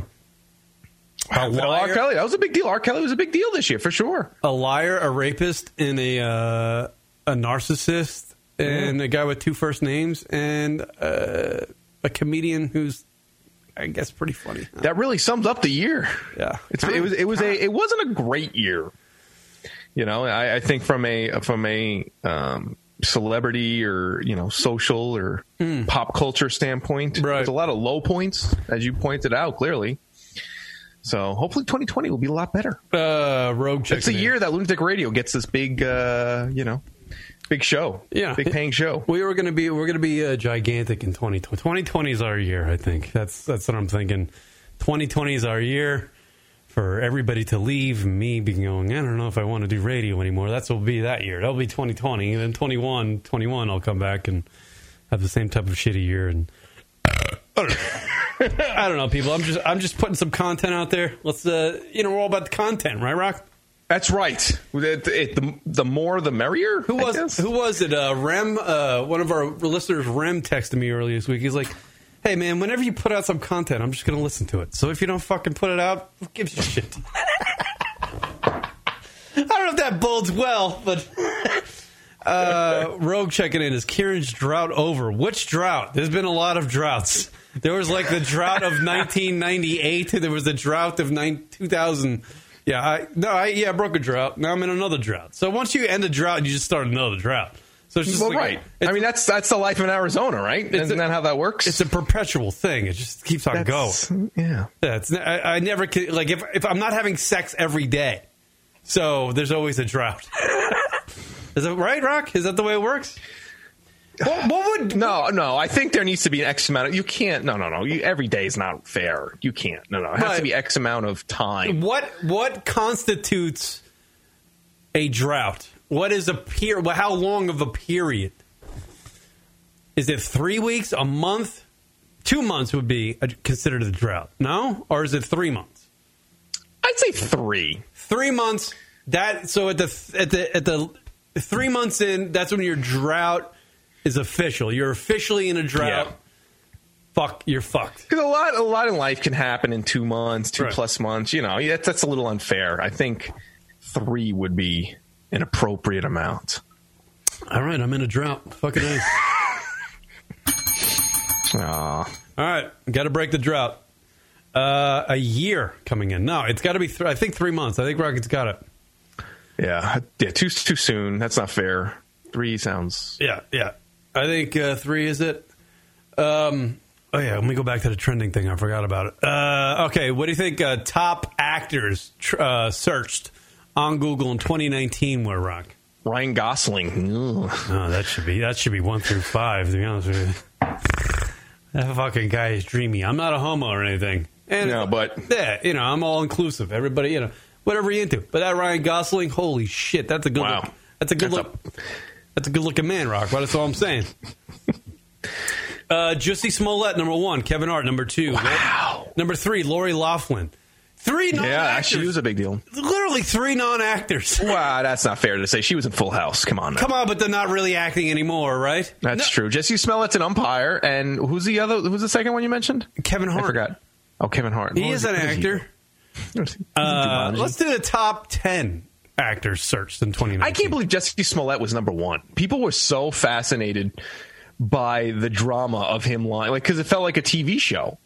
[SPEAKER 3] Uh, A
[SPEAKER 4] R.
[SPEAKER 3] liar,
[SPEAKER 4] Kelly, that was a big deal. R. Kelly was a big deal this year for sure.
[SPEAKER 3] a liar, a rapist, and a uh, a narcissist, and a guy with two first names, and uh, a comedian who's, I guess, pretty funny.
[SPEAKER 4] That really sums up the year.
[SPEAKER 3] Yeah.
[SPEAKER 4] it's, it was. It was a. It wasn't a great year. You know, I, I think from a from a um, celebrity or you know social or pop culture standpoint,
[SPEAKER 3] Hmm. Right.
[SPEAKER 4] there's a lot of low points as you pointed out clearly. So hopefully, 2020 will be a lot better.
[SPEAKER 3] Uh, rogue.
[SPEAKER 4] It's a
[SPEAKER 3] Chicken Man.
[SPEAKER 4] year that Lunatic Radio gets this big, uh, you know, big show.
[SPEAKER 3] Yeah.
[SPEAKER 4] big paying show.
[SPEAKER 3] We were gonna be. We're gonna be uh, gigantic in 2020. 2020 is our year. I think that's that's what I'm thinking. 2020 is our year for everybody to leave. Me be going. I don't know if I want to do radio anymore. That's what will be that year. That'll be 2020. And then 21, 21, I'll come back and have the same type of shitty year. And I don't know. I don't know, people. I'm just I'm just putting some content out there. Let's uh, you know, we're all about the content, right, Rock?
[SPEAKER 4] That's right. It- it- the, the more, the merrier.
[SPEAKER 3] Who was who was it? Uh, Rem, uh, one of our listeners, Rem, texted me earlier this week. He's like, "Hey man, whenever you put out some content, I'm just gonna listen to it. So if you don't fucking put it out, who gives a shit?" I don't know if that bodes well, but uh, Rogue checking in is Kieran's drought over. Which drought? There's been a lot of droughts. There was like the drought of 1998. There was the drought of nine, 2000. Yeah, I, no, I yeah, I broke a drought. Now I'm in another drought. So once you end a drought, you just start another drought. So it's just
[SPEAKER 4] Well,
[SPEAKER 3] like-
[SPEAKER 4] right.
[SPEAKER 3] it's-
[SPEAKER 4] I mean, that's that's the life in Arizona, right? Isn't that how that works?
[SPEAKER 3] it's a perpetual thing. It just keeps on going.
[SPEAKER 4] That's- Yeah.
[SPEAKER 3] Yeah, it's, I, I never can, like if if I'm not having sex every day, so there's always a drought. Is that right, Rock? Is that the way it works? What, what would
[SPEAKER 4] No, no. I think there needs to be an X amount of. You can't. No, no, no. You, every day is not fair. You can't. No, no. It has
[SPEAKER 3] Right.
[SPEAKER 4] to be X amount of time.
[SPEAKER 3] what what constitutes a drought? What is a period? How long of a period? Is it three weeks, a month, two months would be a, considered a drought? No, or is it three months?
[SPEAKER 4] I'd say three.
[SPEAKER 3] Three months. That so at the at the at the three months in, that's when your drought is official. You're officially in a drought.
[SPEAKER 4] Yeah.
[SPEAKER 3] Fuck, you're fucked.
[SPEAKER 4] Because a lot, a lot in life can happen in two months, two
[SPEAKER 3] Right.
[SPEAKER 4] plus months. You know, that's that's a little unfair. I think three would be an appropriate amount.
[SPEAKER 3] All right, I'm in a drought. Fucking nice.
[SPEAKER 4] Aw.
[SPEAKER 3] All right, got to break the drought. Uh, a year coming in. No, it's got to be. Th- I think three months. I think Rocket's got it.
[SPEAKER 4] yeah, yeah. Too too soon. That's not fair. Three sounds.
[SPEAKER 3] Yeah, yeah. I think uh, three is it. Um, Oh yeah, let me go back to the trending thing. I forgot about it. Uh, okay, what do you think uh, top actors tr- uh, searched on Google in 2019 were Rock?
[SPEAKER 4] Ryan Gosling. Ugh.
[SPEAKER 3] Oh, that should be that should be one through five. To be honest with you, that fucking guy is dreamy. I'm not a homo or anything. And
[SPEAKER 4] No, but-
[SPEAKER 3] yeah, you know, I'm all inclusive. Everybody, you know, whatever you into. But that Ryan Gosling, holy shit, that's a good.
[SPEAKER 4] Wow.
[SPEAKER 3] Look, that's a good
[SPEAKER 4] That's
[SPEAKER 3] look. that's a good looking man, Rock. Well, that's all I'm saying. uh, Jussie Smollett, number one. Kevin Hart, number two.
[SPEAKER 4] Wow. Oh,
[SPEAKER 3] Number three, Lori Laughlin. Three non
[SPEAKER 4] Yeah,
[SPEAKER 3] actors.
[SPEAKER 4] she was a big deal.
[SPEAKER 3] Literally three non actors.
[SPEAKER 4] Wow, that's not fair to say. She was in Full House. Come on. now.
[SPEAKER 3] Come on, but they're not really acting anymore, right?
[SPEAKER 4] That's true. Jesse Smollett's an umpire, and who's the other? Who's the second one you mentioned?
[SPEAKER 3] Kevin Hart.
[SPEAKER 4] I forgot. Oh, Kevin Hart.
[SPEAKER 3] He is an actor. Uh, let's do the top 10 actors searched in 2019.
[SPEAKER 4] I can't believe Jesse Smollett was number one. People were so fascinated by the drama of him lying, like because it felt like a TV show.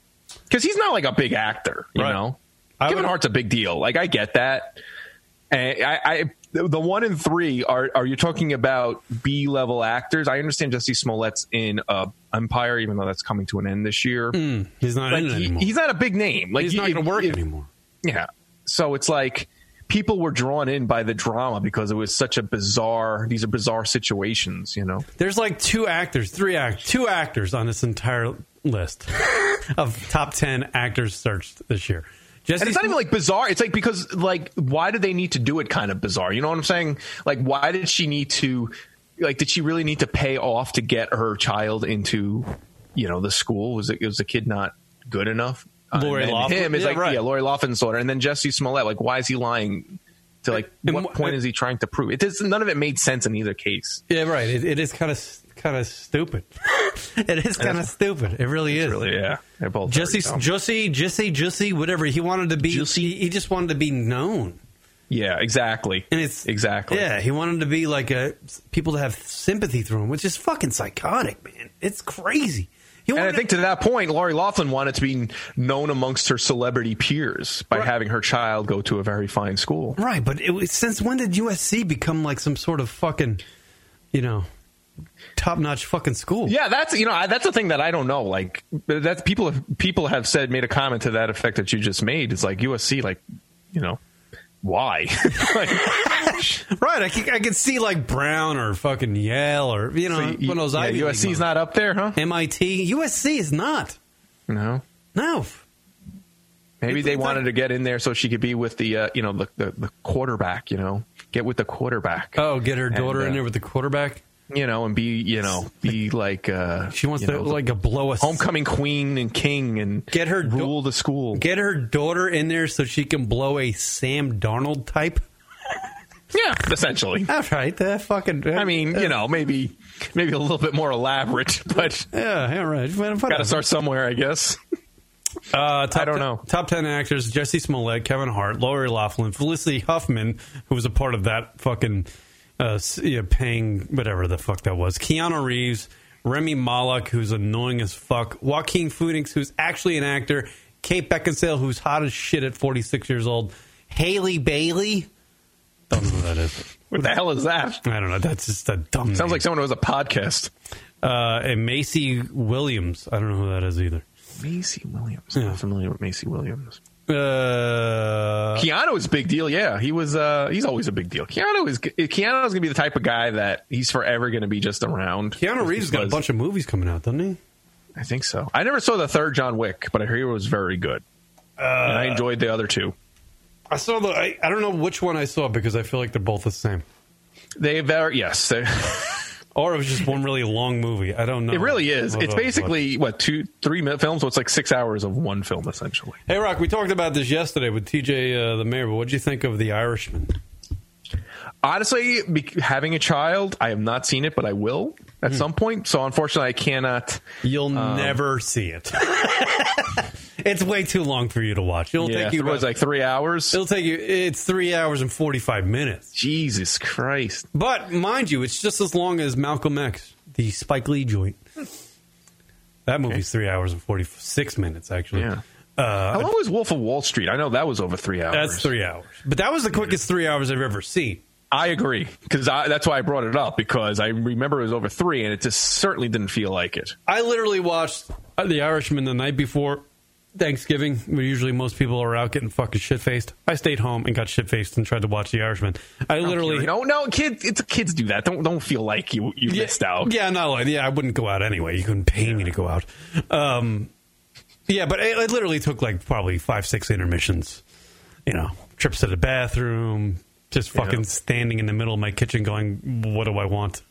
[SPEAKER 4] Because he's not like a big actor, you
[SPEAKER 3] Right.
[SPEAKER 4] know.
[SPEAKER 3] I
[SPEAKER 4] Kevin
[SPEAKER 3] would-
[SPEAKER 4] Hart's a big deal. Like I get that. And I, I, the one in three are are you talking about B level actors? I understand Jesse Smollett's in uh, Empire, even though that's coming to an end this year.
[SPEAKER 3] He's Hmm. not
[SPEAKER 4] Like
[SPEAKER 3] in it
[SPEAKER 4] he,
[SPEAKER 3] anymore.
[SPEAKER 4] he's not a big name. Like
[SPEAKER 3] He's
[SPEAKER 4] you-
[SPEAKER 3] not going
[SPEAKER 4] if-
[SPEAKER 3] to work
[SPEAKER 4] if-
[SPEAKER 3] anymore.
[SPEAKER 4] yeah. So it's like people were drawn in by the drama because it was such a bizarre these are bizarre situations, you know.
[SPEAKER 3] There's like two actors, three act, two actors on this entire list of top 10 actors searched this year. Jesse
[SPEAKER 4] And it's not even like bizarre. It's like because like why do they need to do it kind of bizarre? You know what I'm saying? Like why did she need to like did she really need to pay off to get her child into you know the school? Was it was the kid not good enough? Uh,
[SPEAKER 3] Lori
[SPEAKER 4] and then
[SPEAKER 3] Loughlin?
[SPEAKER 4] him is
[SPEAKER 3] Yeah,
[SPEAKER 4] like
[SPEAKER 3] right.
[SPEAKER 4] yeah, Lori Laughlin's daughter, and then Jesse Smollett. Like why is he lying? To like
[SPEAKER 3] And wh-
[SPEAKER 4] what point is he trying to prove? It does none of it made sense in either case.
[SPEAKER 3] Yeah, right. It, it is kind of kind of stupid. it is kind of stupid. It really is.
[SPEAKER 4] Really, yeah. They're both
[SPEAKER 3] Jesse,
[SPEAKER 4] very dumb.
[SPEAKER 3] Jesse, Jesse, Jesse, whatever he wanted to be, he, he just wanted to be known,
[SPEAKER 4] Yeah, exactly.
[SPEAKER 3] and it's
[SPEAKER 4] exactly.
[SPEAKER 3] yeah. He wanted to be like a people to have sympathy through him, which is fucking psychotic, man. It's crazy. He
[SPEAKER 4] And
[SPEAKER 3] wanted
[SPEAKER 4] I think to that point, Laurie Laughlin wanted to be known amongst her celebrity peers by
[SPEAKER 3] Right.
[SPEAKER 4] having her child go to a very fine school.
[SPEAKER 3] right, but it was, since when did USC become like some sort of fucking, you know, top notch fucking school?
[SPEAKER 4] Yeah, that's you know I, that's the thing that I don't know. Like that's people have people have said made a comment to that effect that you just made. It's like USC, like you know why? Like,
[SPEAKER 3] right. I could, I could see like Brown or fucking Yale or you know
[SPEAKER 4] so you-
[SPEAKER 3] one of those
[SPEAKER 4] yeah,
[SPEAKER 3] Ivy
[SPEAKER 4] USC's
[SPEAKER 3] League ones.
[SPEAKER 4] not up there, huh?
[SPEAKER 3] MIT. USC is not.
[SPEAKER 4] No.
[SPEAKER 3] No.
[SPEAKER 4] Maybe
[SPEAKER 3] It's-
[SPEAKER 4] they
[SPEAKER 3] it's
[SPEAKER 4] wanted
[SPEAKER 3] like-
[SPEAKER 4] to get in there so she could be with the uh, you know the, the the quarterback. You know, get with the quarterback.
[SPEAKER 3] Oh, get her
[SPEAKER 4] And,
[SPEAKER 3] daughter in
[SPEAKER 4] uh,
[SPEAKER 3] there with the quarterback.
[SPEAKER 4] you know, and be you know be like uh,
[SPEAKER 3] She wants
[SPEAKER 4] you
[SPEAKER 3] to
[SPEAKER 4] know, the
[SPEAKER 3] like a blow a
[SPEAKER 4] homecoming queen and king and
[SPEAKER 3] Get her do-
[SPEAKER 4] rule the school.
[SPEAKER 3] Get her daughter in there so she can blow a Sam Darnold type.
[SPEAKER 4] yeah, essentially.
[SPEAKER 3] All right, that fucking. uh,
[SPEAKER 4] I mean, you know, maybe maybe a little bit more elaborate, but
[SPEAKER 3] yeah, all right. Well,
[SPEAKER 4] got
[SPEAKER 3] whatever.
[SPEAKER 4] to start somewhere, I guess.
[SPEAKER 3] Uh, top
[SPEAKER 4] I don't
[SPEAKER 3] ten-
[SPEAKER 4] know.
[SPEAKER 3] Top ten actors: Jesse Smollett, Kevin Hart, Lori Laughlin, Felicity Huffman, who was a part of that fucking uh, s- yeah, paying whatever the fuck that was. Keanu Reeves, Remy Malek, who's annoying as fuck. Joaquin Phoenix, who's actually an actor. Kate Beckinsale, who's hot as shit at 46 years old. Haley Bailey. Don't know who that is.
[SPEAKER 4] What the hell is that?
[SPEAKER 3] I don't know. That's just a dumb.
[SPEAKER 4] Sounds
[SPEAKER 3] name.
[SPEAKER 4] like someone who has a podcast.
[SPEAKER 3] uh, and Macy Williams. I don't know who that is either.
[SPEAKER 4] Macy Williams. I'm not familiar with Macy Williams.
[SPEAKER 3] Uh,
[SPEAKER 4] Keanu is a big deal. Yeah, he was. Uh, he's always a big deal. Keanu is. Keanu is gonna be the type of guy that he's forever gonna be just around.
[SPEAKER 3] Keanu Reeves has got a
[SPEAKER 4] Because-
[SPEAKER 3] bunch of movies coming out, doesn't he?
[SPEAKER 4] I think so. I never saw the third John Wick, but I hear it was very good. and
[SPEAKER 3] Uh,
[SPEAKER 4] I enjoyed the other two.
[SPEAKER 3] I saw the. I, I don't know which one I saw because I feel like they're both the same,
[SPEAKER 4] They very yes. They,
[SPEAKER 3] or it was just one really long movie. I don't know.
[SPEAKER 4] it really is.
[SPEAKER 3] What-
[SPEAKER 4] It's
[SPEAKER 3] what-
[SPEAKER 4] basically what two, three minute films. So it's like six hours of one film essentially.
[SPEAKER 3] Hey, Rock. We talked about this yesterday with TJ uh, the Mayor. But what did you think of The Irishman?
[SPEAKER 4] Honestly, be, having a child, I have not seen it, but I will at some point. So unfortunately, I cannot.
[SPEAKER 3] You'll
[SPEAKER 4] Um,
[SPEAKER 3] never see it. it's way too long for you to watch. It'll
[SPEAKER 4] Yeah,
[SPEAKER 3] take you.
[SPEAKER 4] it was
[SPEAKER 3] about-
[SPEAKER 4] like three hours.
[SPEAKER 3] it'll take you. It's three hours and forty five minutes.
[SPEAKER 4] Jesus Christ!
[SPEAKER 3] But mind you, it's just as long as Malcolm X, the Spike Lee joint. That movie's three hours and forty six minutes, actually.
[SPEAKER 4] Yeah.
[SPEAKER 3] Uh,
[SPEAKER 4] How long was Wolf of Wall Street? I know that was over three hours.
[SPEAKER 3] That's three hours. But that was the quickest three hours I've ever seen.
[SPEAKER 4] I agree because that's why I brought it up because I remember it was over three, and it just certainly didn't feel like it.
[SPEAKER 3] I literally watched uh, The Irishman the night before Thanksgiving, where usually most people are out getting fucking shit faced. I stayed home and got shit faced and tried to watch The Irishman.
[SPEAKER 4] Oh,
[SPEAKER 3] I literally
[SPEAKER 4] no, no, kids. It's kids do that. Don't don't feel like you you missed out.
[SPEAKER 3] Yeah, not like yeah, I wouldn't go out anyway. You couldn't pay me to go out. Um, yeah, but it, it literally took like probably five, six intermissions. You know, trips to the bathroom, just fucking standing in the middle of my kitchen, going, "What do I want?"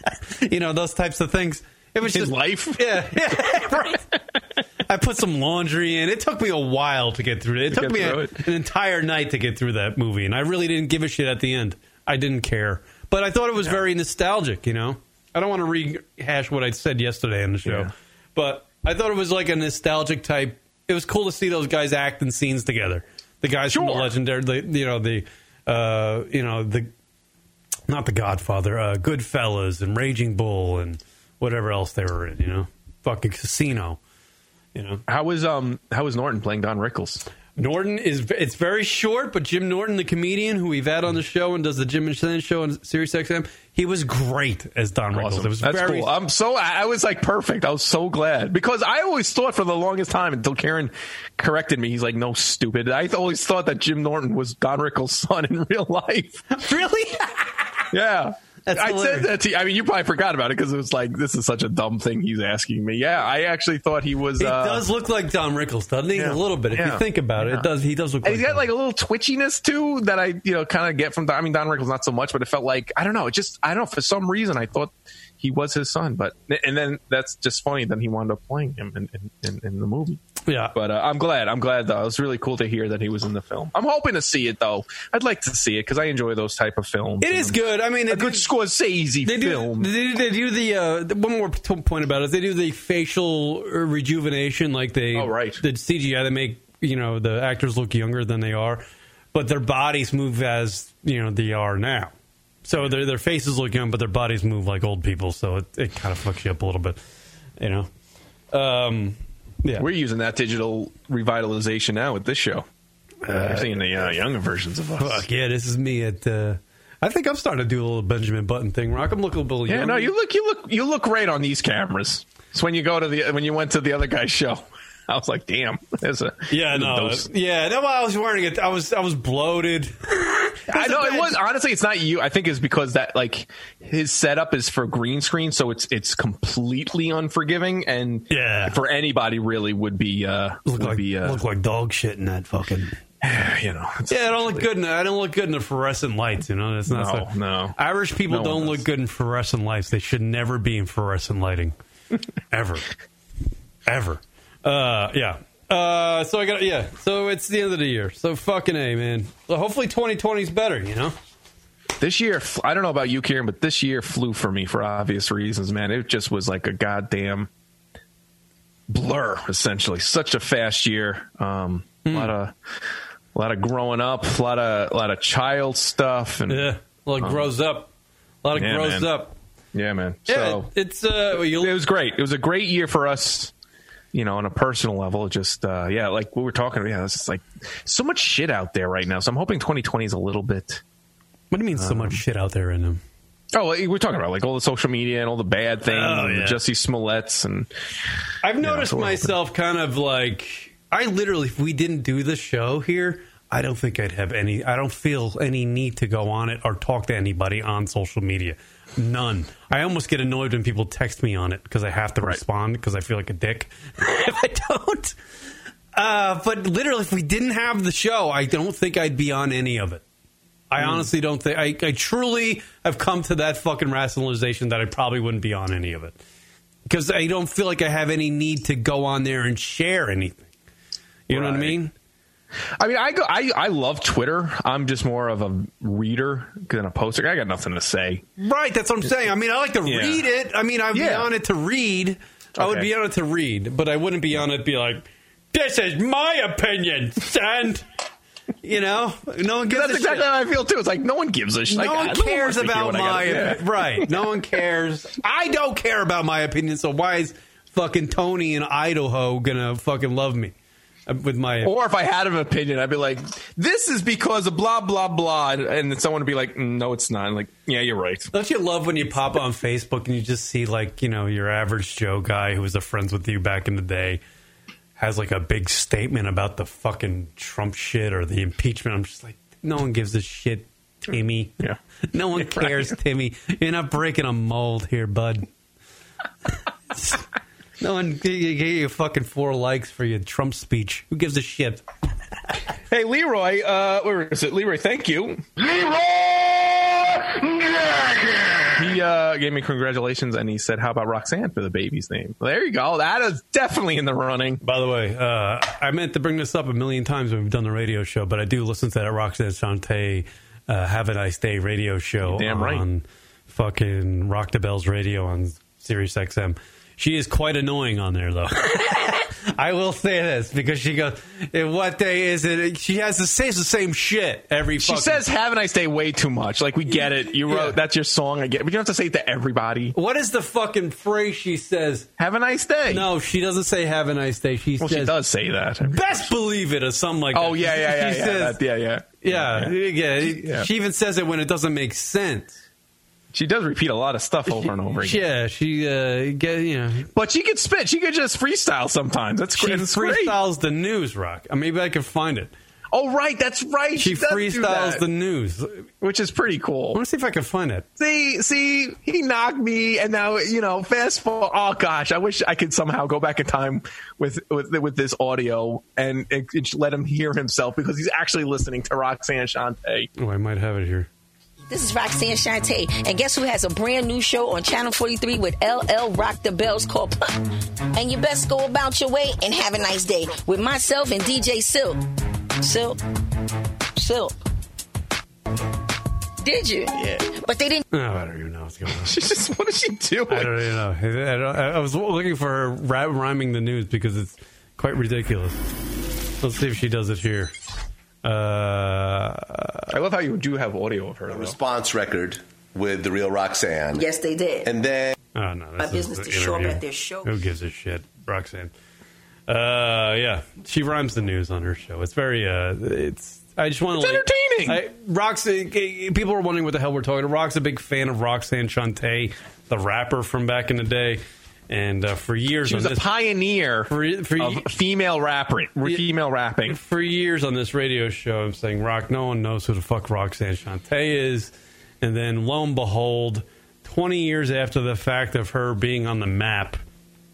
[SPEAKER 3] you know, those types of things. It was
[SPEAKER 4] His
[SPEAKER 3] just
[SPEAKER 4] life.
[SPEAKER 3] Yeah, yeah, right. I put some laundry in. It took me a while to get through it. It took
[SPEAKER 4] get
[SPEAKER 3] me a-
[SPEAKER 4] through it.
[SPEAKER 3] an entire night to get through that movie, and I really didn't give a shit at the end. I didn't care, but I thought it was very nostalgic. You know, I don't want to rehash what I said yesterday on the show,
[SPEAKER 4] Yeah.
[SPEAKER 3] but I thought it was like a nostalgic type. It was cool to see those guys act in scenes together. The guys from the
[SPEAKER 4] Sure.
[SPEAKER 3] legendary, the, you know, the uh, you know the not the Godfather, uh, Goodfellas and Raging Bull and whatever else they were in, you know, fucking Casino, you know.
[SPEAKER 4] How was um how was Norton playing Don Rickles?
[SPEAKER 3] Norton is it's very short, but Jim Norton, the comedian who we've had on the show and does the Jim and Shannon show on Sirius XM, he was great as Don Rickles. It was
[SPEAKER 4] That's
[SPEAKER 3] very
[SPEAKER 4] cool. I'm so I I was like perfect. I was so glad because I always thought for the longest time until Karen corrected me. He's like, no, stupid. I always thought that Jim Norton was Don Rickles' son in real life.
[SPEAKER 3] really.
[SPEAKER 4] Yeah.
[SPEAKER 3] That's
[SPEAKER 4] I
[SPEAKER 3] hilarious.
[SPEAKER 4] said that to you. I mean, you probably forgot about it because it was like, this is such a dumb thing he's asking me. Yeah, I actually thought he was.
[SPEAKER 3] It
[SPEAKER 4] uh,
[SPEAKER 3] does look like Don Rickles, doesn't he?
[SPEAKER 4] yeah.
[SPEAKER 3] a little bit. If
[SPEAKER 4] Yeah.
[SPEAKER 3] you think about it,
[SPEAKER 4] Yeah.
[SPEAKER 3] it does. He does look.
[SPEAKER 4] And
[SPEAKER 3] like
[SPEAKER 4] he's got
[SPEAKER 3] Don.
[SPEAKER 4] like a little twitchiness too that I, you know, kind of get from. Don- I mean, Don Rickles not so much, but it felt like I don't know. It just I don't know for some reason I thought he was his son, but and then that's just funny. Then he wound up playing him in, in, in, in the movie.
[SPEAKER 3] yeah.
[SPEAKER 4] But uh, I'm glad. I'm glad though. It was really cool to hear that he was in the film. I'm hoping to see it though. I'd like to see it because I enjoy those type of films.
[SPEAKER 3] it is good. I mean,
[SPEAKER 4] A
[SPEAKER 3] it
[SPEAKER 4] good
[SPEAKER 3] is-
[SPEAKER 4] Scorsese
[SPEAKER 3] They do.
[SPEAKER 4] film.
[SPEAKER 3] They, do- they do the uh, the- one more t- point about it. They do the facial uh, rejuvenation, like they.
[SPEAKER 4] Oh, right.
[SPEAKER 3] The CGI they make you know the actors look younger than they are, but their bodies move as you know they are now. So their their faces look young, but their bodies move like old people. So it, it kind of fucks you up a little bit, you know. Um, yeah.
[SPEAKER 4] We're using that digital revitalization now with this show. You're seeing the uh, younger versions of us.
[SPEAKER 3] Fuck yeah, this is me at. Uh, I think I'm starting to do a little Benjamin Button thing. Rock, I'm looking a little.
[SPEAKER 4] Yeah,
[SPEAKER 3] younger.
[SPEAKER 4] no, you look, you look, you look great on these cameras. It's when you go to the when you went to the other guy's show. I was like, damn, there's a
[SPEAKER 3] Yeah,
[SPEAKER 4] there's a
[SPEAKER 3] no,
[SPEAKER 4] dose.
[SPEAKER 3] yeah. No, I was wearing it. I was, I was bloated.
[SPEAKER 4] I know
[SPEAKER 3] bad-
[SPEAKER 4] it was honestly, it's not you. I think it's because that like his setup is for green screen, so it's it's completely unforgiving, and
[SPEAKER 3] Yeah.
[SPEAKER 4] for anybody really would be uh
[SPEAKER 3] Look
[SPEAKER 4] would
[SPEAKER 3] like,
[SPEAKER 4] be uh,
[SPEAKER 3] look like dog shit in that fucking.
[SPEAKER 4] you know it's-
[SPEAKER 3] Yeah, I don't look good. In, I don't look good in the fluorescent lights. You know, that's not.
[SPEAKER 4] No,
[SPEAKER 3] so-
[SPEAKER 4] no.
[SPEAKER 3] Irish people
[SPEAKER 4] No one
[SPEAKER 3] don't
[SPEAKER 4] does.
[SPEAKER 3] look good in fluorescent lights. They should never be in fluorescent lighting, ever, ever. Uh, yeah. Uh, so I got yeah. So it's the end of the year. So fucking a man. So hopefully 2020 is better. You know.
[SPEAKER 4] This year, fl- I don't know about you, Kieran, but this year flew for me for obvious reasons, man. It just was like a goddamn blur, essentially. Such a fast year. Um, A lot of, a lot of growing up, a lot of, a lot of child stuff, and yeah,
[SPEAKER 3] Yeah. Uh-huh. A lot of grows up. A lot of
[SPEAKER 4] Yeah,
[SPEAKER 3] grows
[SPEAKER 4] man.
[SPEAKER 3] up.
[SPEAKER 4] man.
[SPEAKER 3] Yeah.
[SPEAKER 4] so
[SPEAKER 3] it's uh. well, you
[SPEAKER 4] it was great. It was a great year for us. You know, on a personal level, just uh, yeah, like we were talking. Yeah, it's just like so much shit out there right now. So I'm hoping 2020 is a little bit.
[SPEAKER 3] What do you mean so much shit out there in them?
[SPEAKER 4] Oh, like, we're talking about like all the social media and all the bad things,
[SPEAKER 3] Oh,
[SPEAKER 4] and the
[SPEAKER 3] yeah.
[SPEAKER 4] Jesse Smollett's and
[SPEAKER 3] I've noticed
[SPEAKER 4] so we're
[SPEAKER 3] myself kind of like I literally if we didn't do the show here, I don't think I'd have any I don't feel any need to go on it or talk to anybody on social media. None. I almost get annoyed when people text me on it because I have to respond because I feel like a dick if I don't. Uh, but literally, if we didn't have the show, I don't think I'd be on any of it. I honestly don't think I, I truly have come to that fucking rationalization that I probably wouldn't be on any of it because I don't feel like I have any need to go on there and share anything. You know what I
[SPEAKER 4] Right.
[SPEAKER 3] mean?
[SPEAKER 4] I mean, I go. I, I love Twitter. I'm just more of a reader than a poster. I got nothing to say.
[SPEAKER 3] Right. That's what I'm saying. I mean, I like to
[SPEAKER 4] Yeah.
[SPEAKER 3] read it. I mean, I'd be
[SPEAKER 4] Yeah.
[SPEAKER 3] on it to read. I would
[SPEAKER 4] Okay.
[SPEAKER 3] be on it to read, but I wouldn't be on it. Be like, this is my opinion, and you know, no one gives
[SPEAKER 4] That's
[SPEAKER 3] a
[SPEAKER 4] exactly
[SPEAKER 3] shit.
[SPEAKER 4] how I feel too. It's like no one gives a shit.
[SPEAKER 3] No
[SPEAKER 4] Like,
[SPEAKER 3] one
[SPEAKER 4] wants
[SPEAKER 3] cares
[SPEAKER 4] to hear
[SPEAKER 3] about
[SPEAKER 4] what I
[SPEAKER 3] my
[SPEAKER 4] gotta- yeah.
[SPEAKER 3] right. No one cares. I don't care about my opinion. So why is fucking Tony in Idaho gonna fucking love me? uh, with my.
[SPEAKER 4] Or if I had an opinion, I'd be like, "This is because of blah blah blah," and, and someone would be like, "Mm, "No, it's not." And like, yeah, you're right.
[SPEAKER 3] Don't you love when you pop on Facebook and you just see like you know your average Joe guy who was a friends with you back in the day has like a big statement about the fucking Trump shit or the impeachment. I'm just like, no one gives a shit, Timmy.
[SPEAKER 4] Yeah.
[SPEAKER 3] no one cares, Timmy. You're not breaking a mold here, bud. no one you- you get you fucking four likes for your Trump speech. Who gives a shit?
[SPEAKER 4] Hey, Leroy, uh, where is it? Leroy, thank you. He uh, gave me congratulations, and he said, "How about Roxanne for the baby's name?" There you go. That is definitely in the running.
[SPEAKER 3] By the way, uh, I meant to bring this up a million times when we've done the radio show, but I do listen to that Roxanne Shante uh, Have a Nice Day radio show
[SPEAKER 4] You're damn right.
[SPEAKER 3] on fucking Rock the Bells radio on Sirius XM. She is quite annoying on there, though. I will say this because she goes, "Eh, "What day is it?" She has the same, the same shit every.
[SPEAKER 4] She
[SPEAKER 3] fucking-
[SPEAKER 4] says, "Have a nice day." Way too much. Like we get it. You wrote
[SPEAKER 3] Yeah.
[SPEAKER 4] that's your song. I get, it. but you don't have to say it to everybody.
[SPEAKER 3] "What is the fucking phrase she says?"
[SPEAKER 4] Have a nice day.
[SPEAKER 3] No, she doesn't say "Have a nice day." She
[SPEAKER 4] well,
[SPEAKER 3] says,
[SPEAKER 4] she does say that.
[SPEAKER 3] "Best believe it" or something like that.
[SPEAKER 4] Oh yeah, yeah, yeah,
[SPEAKER 3] she
[SPEAKER 4] yeah,
[SPEAKER 3] says,
[SPEAKER 4] that- yeah, yeah,
[SPEAKER 3] Yeah, yeah.
[SPEAKER 4] yeah.
[SPEAKER 3] She even says it when it doesn't make sense.
[SPEAKER 4] She does repeat a lot of stuff over and over again.
[SPEAKER 3] Yeah, she uh, get you know
[SPEAKER 4] But she could spit. She could just freestyle sometimes. That's
[SPEAKER 3] she
[SPEAKER 4] great. That's great.
[SPEAKER 3] freestyles the news, Rock. Uh, Maybe I can find it.
[SPEAKER 4] Oh right, that's right.
[SPEAKER 3] She
[SPEAKER 4] does do
[SPEAKER 3] freestyles
[SPEAKER 4] that,
[SPEAKER 3] the news. I want
[SPEAKER 4] which is pretty cool.
[SPEAKER 3] to see if I can find it.
[SPEAKER 4] See, see, he knocked me, and now you know. Fast forward. Oh gosh, I wish I could somehow go back in time with with, with this audio and, and, let him hear himself because he's actually listening to Roxanne Shante.
[SPEAKER 3] Oh, I might have it here.
[SPEAKER 7] This is Roxanne Shante, and guess who has a brand new show on Channel 43 with LL Rock the Bells called Pump? And you best go about your way and have a nice day with myself and DJ Silk. Silk. Silk. Did you? Yeah. But they didn't
[SPEAKER 3] Oh, I don't even know what's going on.
[SPEAKER 4] She's just what is she doing?
[SPEAKER 3] I don't even know. I, don't, I was looking for her ra- rhyming the news because it's quite ridiculous. Let's see if she does it here. Uh,
[SPEAKER 4] I love how you do have audio of her. though.
[SPEAKER 8] response record with the real Roxanne.
[SPEAKER 7] Yes, they did.
[SPEAKER 8] And then
[SPEAKER 3] Oh no,
[SPEAKER 7] My
[SPEAKER 3] this is
[SPEAKER 7] business
[SPEAKER 3] the
[SPEAKER 7] to show up
[SPEAKER 3] interview.
[SPEAKER 7] at their show.
[SPEAKER 3] Who gives a shit, Roxanne? Uh, yeah, she rhymes the news on her show. It's very uh, it's. I just want to.
[SPEAKER 4] It's entertaining.
[SPEAKER 3] I, Roxanne. People are wondering what the hell we're talking. about. Rock's a big fan of Roxanne Shante, the rapper from back in the day, and uh, for years
[SPEAKER 4] She was
[SPEAKER 3] on
[SPEAKER 4] a
[SPEAKER 3] this,
[SPEAKER 4] pioneer
[SPEAKER 3] For- for-
[SPEAKER 4] of female rapping, female rapping.
[SPEAKER 3] for years on this radio show, I'm saying Rock. No one knows who the fuck Roxanne Shante is, and then lo and behold, 20 years after the fact of her being on the map,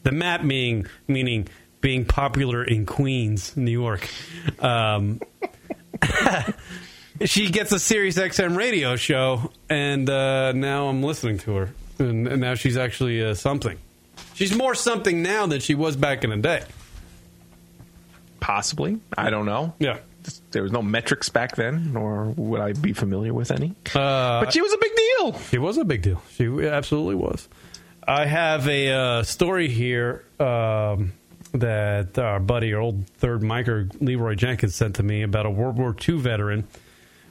[SPEAKER 3] the map meaning meaning being popular in Queens, New York. Um, she gets a Sirius XM radio show, and uh, now I'm listening to her, and, and now she's actually uh, something. She's more something now than she was back in the day.
[SPEAKER 4] Possibly, I don't know.
[SPEAKER 3] Yeah.
[SPEAKER 4] There was no metrics back then, nor would I be familiar with any.
[SPEAKER 3] Uh,
[SPEAKER 4] but she was a big deal.
[SPEAKER 3] She was a big deal. She absolutely was. I have a uh, story here um, that our buddy, our old third micer, Leroy Jenkins, sent to me about a World War II veteran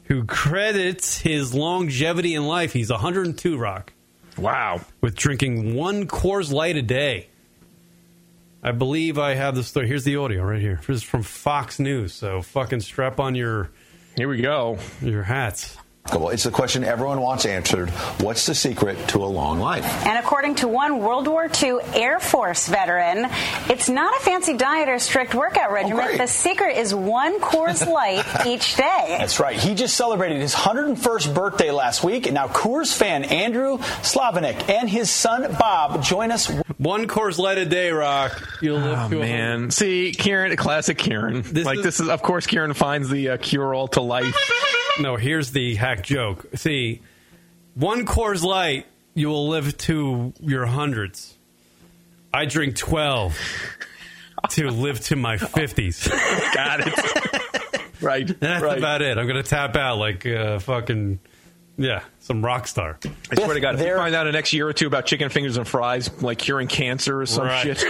[SPEAKER 3] who credits his longevity in life. He's 102 rock
[SPEAKER 4] Wow.
[SPEAKER 3] with drinking one Coors Light a day. I believe I have the story. Here's the audio right here. This is from Fox News. So fucking strap on your
[SPEAKER 4] Here we go.
[SPEAKER 3] your hats.
[SPEAKER 8] it's the question everyone wants answered. What's the secret to a long life?
[SPEAKER 9] And according to one World War II Air Force veteran, it's not a fancy diet or strict
[SPEAKER 10] Oh,
[SPEAKER 9] workout regimen.
[SPEAKER 8] great.
[SPEAKER 9] the secret is one Coors Light each day.
[SPEAKER 10] That's right. He just celebrated his 101st birthday last week. Now, Coors fan Andrew Slavinik and his son Bob join us.
[SPEAKER 3] One Coors Light a day, Rock. You'll live
[SPEAKER 4] Oh
[SPEAKER 3] to a
[SPEAKER 4] man, see Kieran, a classic Kieran.
[SPEAKER 3] This
[SPEAKER 4] like
[SPEAKER 3] is-
[SPEAKER 4] this is, of course, Kieran finds the uh, cure all to life.
[SPEAKER 3] No, here's the hack joke. See, one Coors Light, you will live to your hundreds. I drink 12 to live to my 50s.
[SPEAKER 4] Got it. right.
[SPEAKER 3] That's
[SPEAKER 4] right.
[SPEAKER 3] about it. I'm going to tap out like uh, fucking, yeah, some rock star.
[SPEAKER 4] I swear to God, if we
[SPEAKER 10] There-
[SPEAKER 4] find out in the next year or two about chicken fingers and fries, like curing cancer or some
[SPEAKER 3] Right.
[SPEAKER 4] shit,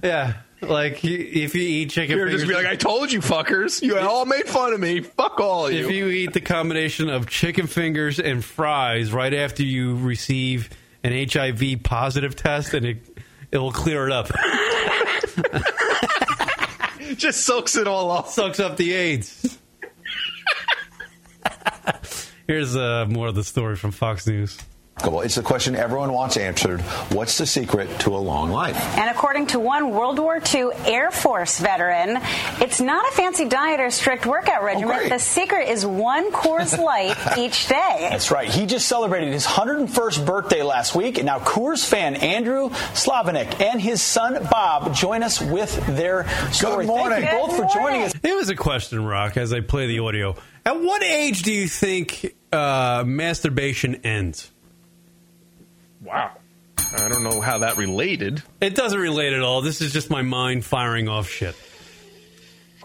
[SPEAKER 3] Yeah. Like, y- if you eat chicken
[SPEAKER 4] you're just be like,
[SPEAKER 3] fingers,
[SPEAKER 4] "I told you, fuckers! You all made fun of me. Fuck all of
[SPEAKER 3] if you
[SPEAKER 4] you."
[SPEAKER 3] eat the combination of chicken fingers and fries right after you receive an HIV positive test, and it, it will clear it up.
[SPEAKER 4] Just soaks it all up.
[SPEAKER 3] Soaks up the AIDS. Here's uh, more of the story from Fox News.
[SPEAKER 8] It's the question everyone wants answered. What's the secret to a long life?
[SPEAKER 9] And according to one World War II Air Force veteran, it's not a fancy diet or strict
[SPEAKER 11] Oh,
[SPEAKER 9] workout regimen. the secret is one Coors Light each day.
[SPEAKER 10] That's right. He just celebrated his 101st birthday last week, and now Coors fan Andrew Slavinick and his son Bob join us with their story. Thank you both for joining us.
[SPEAKER 3] It was a question, Rock, as I play the audio. At what age do you think uh, masturbation ends?
[SPEAKER 4] Wow. I don't know how that related.
[SPEAKER 3] It doesn't relate at all. This is just my mind firing off shit.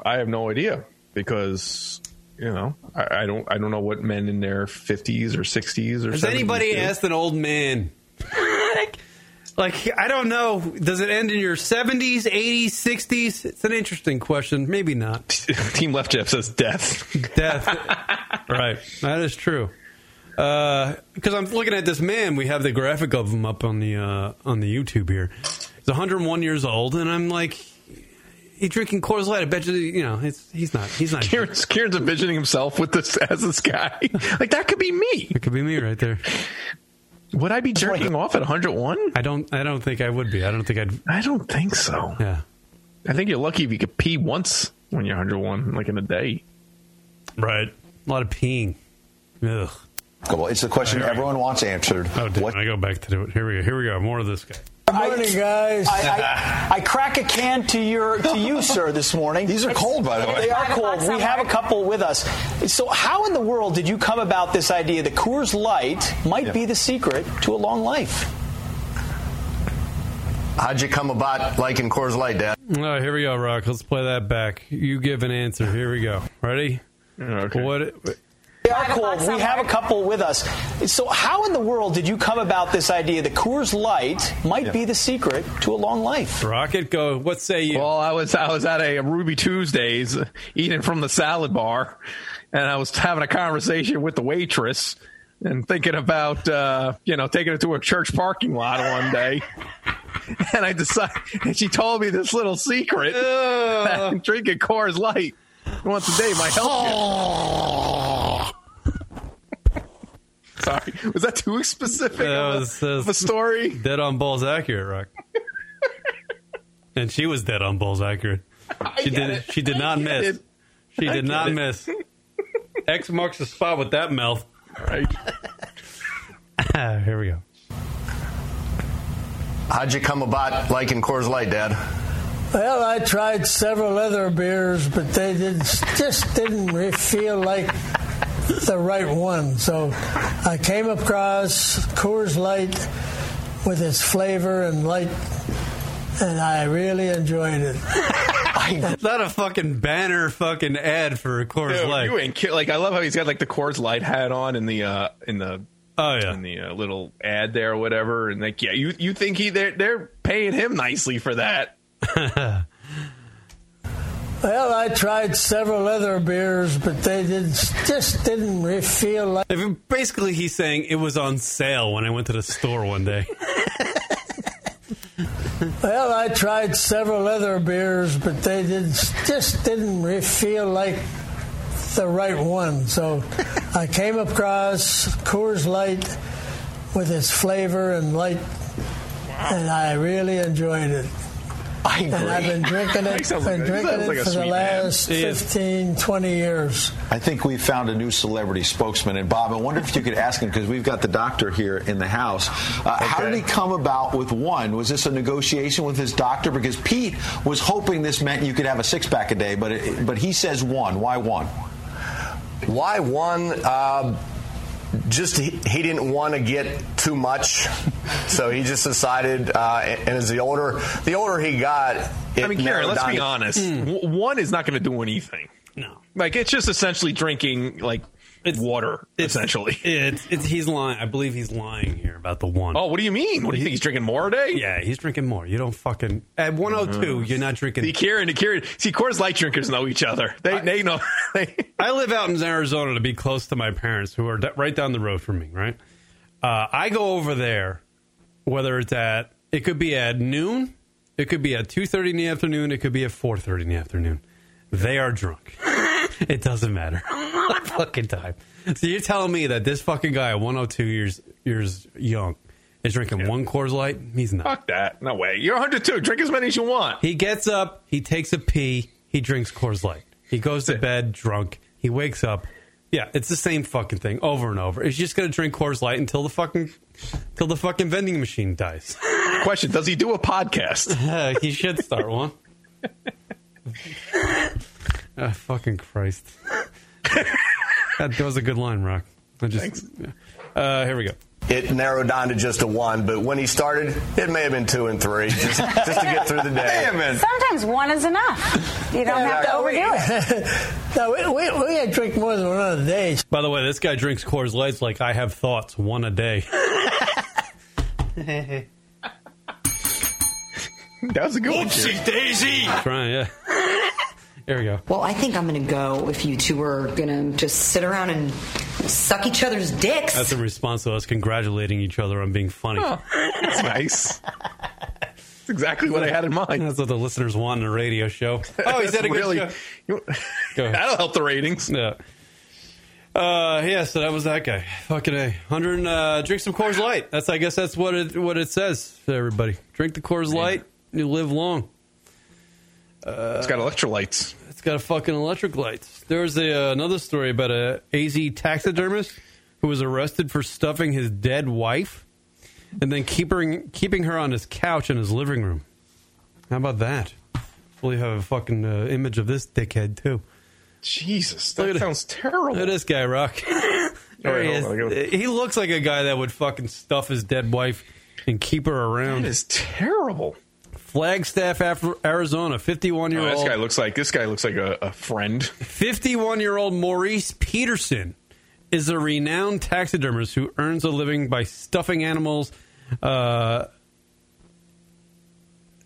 [SPEAKER 4] I have no idea because you know I, I don't I don't know what men in their fifties or sixties or
[SPEAKER 3] Has
[SPEAKER 4] 70s
[SPEAKER 3] anybody
[SPEAKER 4] do.
[SPEAKER 3] asked an old man? like, like, I don't know. Does it end in your 70s, 80s, 60s? It's an interesting question. Maybe not.
[SPEAKER 4] Team Left Jeff says death.
[SPEAKER 3] Death. right. That is true. Because I'm looking at this man. We have the graphic of him up on the uh, on the YouTube here. He's 101 years old, and I'm like, he's drinking Coors Light. I bet you, you know, it's, he's not. He's not.
[SPEAKER 4] Kieran's, Kieran's envisioning himself with this as this guy. Like that could be me. It
[SPEAKER 3] could be me right there.
[SPEAKER 4] Would I be jerking off at 101?
[SPEAKER 3] I don't. I don't think I would be. I don't think I'd.
[SPEAKER 4] I don't think so.
[SPEAKER 3] Yeah.
[SPEAKER 4] I think you're lucky if you could pee once when you're 101, like in a day.
[SPEAKER 3] Right. A lot of peeing. Ugh.
[SPEAKER 8] It's the question everyone wants answered.
[SPEAKER 3] Oh, damn, I go back to it. Here we go. Here we go. More of this guy.
[SPEAKER 10] Good morning, guys. I, I, I crack a can to your to you, sir, this morning. These
[SPEAKER 8] are cold, by the way.
[SPEAKER 10] They are cold. We have a couple with us. So, how in the world did you come about this idea that Coors Light might be the secret to a long life?
[SPEAKER 11] How'd you come about liking Coors Light, Dad?
[SPEAKER 3] No, here we go, Rock. Let's play that back. You give an answer. Here we go. Ready?
[SPEAKER 4] Okay.
[SPEAKER 3] What?
[SPEAKER 10] They are cold. We have a couple with us. So, how in the world did you come about this idea that Coors Light might be the secret to a long life?
[SPEAKER 3] Rocket, go. What say you?
[SPEAKER 4] Well, I was I was at a Ruby Tuesdays uh, eating from the salad bar, and I was having a conversation with the waitress and thinking about uh, you know taking it to a church parking lot one day. And I decided, and she told me this little secret: that I'm drinking Coors Light once a day might help you. Sorry, was that too specific? of a- of a story.
[SPEAKER 3] Dead on balls accurate, Rock. and she was dead on balls accurate. She
[SPEAKER 4] get
[SPEAKER 3] did.
[SPEAKER 4] it.
[SPEAKER 3] She did
[SPEAKER 4] I
[SPEAKER 3] not
[SPEAKER 4] get
[SPEAKER 3] miss.
[SPEAKER 4] it.
[SPEAKER 3] She
[SPEAKER 4] I
[SPEAKER 3] did
[SPEAKER 4] get
[SPEAKER 3] not
[SPEAKER 4] it.
[SPEAKER 3] miss. X marks the spot with that mouth.
[SPEAKER 4] All right.
[SPEAKER 3] Here we go.
[SPEAKER 11] How'd you come about liking Coors Light, Dad?
[SPEAKER 12] Well, I tried several other beers, but they did, just didn't re- feel like the right one. So I came across Coors Light with its flavor and light, and I really enjoyed it.
[SPEAKER 3] It's not a fucking banner fucking ad for Coors
[SPEAKER 4] Dude,
[SPEAKER 3] Light.
[SPEAKER 4] You ain't ki- like I love how he's got like the Coors Light hat on in the uh in the
[SPEAKER 3] oh yeah
[SPEAKER 4] in the uh, little ad there or whatever, and like yeah, you you think he they're they're paying him nicely for that?
[SPEAKER 12] Well, I tried several other beers, but they did, just didn't re- feel like.
[SPEAKER 3] If- Basically, he's saying it was on sale when I went to the store one day.
[SPEAKER 12] Well, I tried several other beers, but they did, just didn't re- feel like the right one. So I came across Coors Light with its flavor and light, and I really enjoyed it.
[SPEAKER 11] I
[SPEAKER 12] And I've been drinking it,
[SPEAKER 11] Sounds like
[SPEAKER 12] been
[SPEAKER 11] a-
[SPEAKER 12] drinking
[SPEAKER 11] sounds
[SPEAKER 12] it
[SPEAKER 11] like a
[SPEAKER 12] for the
[SPEAKER 11] sweet man.
[SPEAKER 12] last
[SPEAKER 11] He is.
[SPEAKER 12] 15, 20 years.
[SPEAKER 8] I think we found a new celebrity spokesman. And Bob, I wonder if you could ask him because we've got the doctor here in the house. Uh, How did he come about with one? Was this a negotiation with his doctor? Because Pete was hoping this meant you could have a six pack a day, but it, but he says one. Why one?
[SPEAKER 11] Why one? Uh, just he, he didn't want to get too much, so he just decided. Uh, and as the older the older he got, it
[SPEAKER 4] I mean, Karen,
[SPEAKER 11] narrowed
[SPEAKER 4] let's
[SPEAKER 11] down
[SPEAKER 4] be
[SPEAKER 11] to-
[SPEAKER 4] honest. W- one is not going to do anything.
[SPEAKER 3] Hmm. No,
[SPEAKER 4] like it's just essentially drinking like water. essentially,
[SPEAKER 3] it's, it's he's lying. I believe he's lying here about the one.
[SPEAKER 4] Oh, what do you mean? What do you think he's drinking more a day?
[SPEAKER 3] Yeah, he's drinking more. You don't fucking at 102. You're not drinking.
[SPEAKER 4] The Kieran, the Kieran. See, Coors Light drinkers know each other. They they know.
[SPEAKER 3] I live out in Arizona to be close to my parents, who are d- right down the road from me. Right, uh, I go over there. Whether it's at it could be at noon It could be at two thirty in the afternoon. It could be at four thirty in the afternoon. They are drunk. it doesn't matter. fucking time. So you're telling me that this fucking guy, at 102 years years young, is drinking one Coors Light? He's not.
[SPEAKER 4] Fuck that. No way. You're 102. Drink as many as you want.
[SPEAKER 3] He gets up, he takes a pee, he drinks Coors Light. He goes to bed drunk. He wakes up. Yeah, it's the same fucking thing over and over. He's just gonna drink Coors Light until the fucking until the fucking vending machine dies. Uh,
[SPEAKER 4] Question: Does he do a podcast?
[SPEAKER 3] he should start one. Ah, fucking Christ. that, that was a good line, Rock. I just, Thanks. Uh, here we go.
[SPEAKER 11] It narrowed down to just a one, but when he started, it may have been two and three just, just to get through the day.
[SPEAKER 9] Sometimes one is enough. You don't have to overdo it.
[SPEAKER 12] no, we, we, we had drink more than one other day.
[SPEAKER 3] By the way, this guy drinks Coors Lights like I have thoughts, one a day.
[SPEAKER 4] that was a good one.
[SPEAKER 2] Oopsie daisy.
[SPEAKER 3] Trying, yeah. Here we go.
[SPEAKER 13] Well, I think I'm going to go if you two are going to just sit around and suck each other's dicks.
[SPEAKER 3] That's in response to us congratulating each other on being funny.
[SPEAKER 4] That's nice. That's exactly what I had in mind.
[SPEAKER 3] That's what the listeners want in a radio show. Oh, he's
[SPEAKER 4] That's
[SPEAKER 3] had a good
[SPEAKER 4] really-
[SPEAKER 3] show.
[SPEAKER 4] you-
[SPEAKER 3] Go ahead.
[SPEAKER 4] That'll help the ratings.
[SPEAKER 3] Yeah. Uh, yeah, so that was that guy. Fucking a hundred. and, Uh, drink some Coors Light. That's I guess that's what it what it says. to Everybody, drink the Coors Light. You live long. Uh,
[SPEAKER 4] It's got electrolytes.
[SPEAKER 3] It's got a fucking electric light. There was a, uh, another story about a AZ taxidermist who was arrested for stuffing his dead wife and then keeping keeping her on his couch in his living room. How about that? We'll have a fucking uh, image of this dickhead too.
[SPEAKER 4] Jesus, that sounds terrible.
[SPEAKER 3] Look at this guy, Rock. there he
[SPEAKER 4] All right, hold on, I
[SPEAKER 3] is. He looks like a guy that would fucking stuff his dead wife and keep her around.
[SPEAKER 4] That is terrible.
[SPEAKER 3] Flagstaff, Af- Arizona, fifty-one year
[SPEAKER 4] Oh,
[SPEAKER 3] old.
[SPEAKER 4] this guy looks like this guy looks like a, a friend.
[SPEAKER 3] 51 year old Maurice Peterson is a renowned taxidermist who earns a living by stuffing animals. Uh,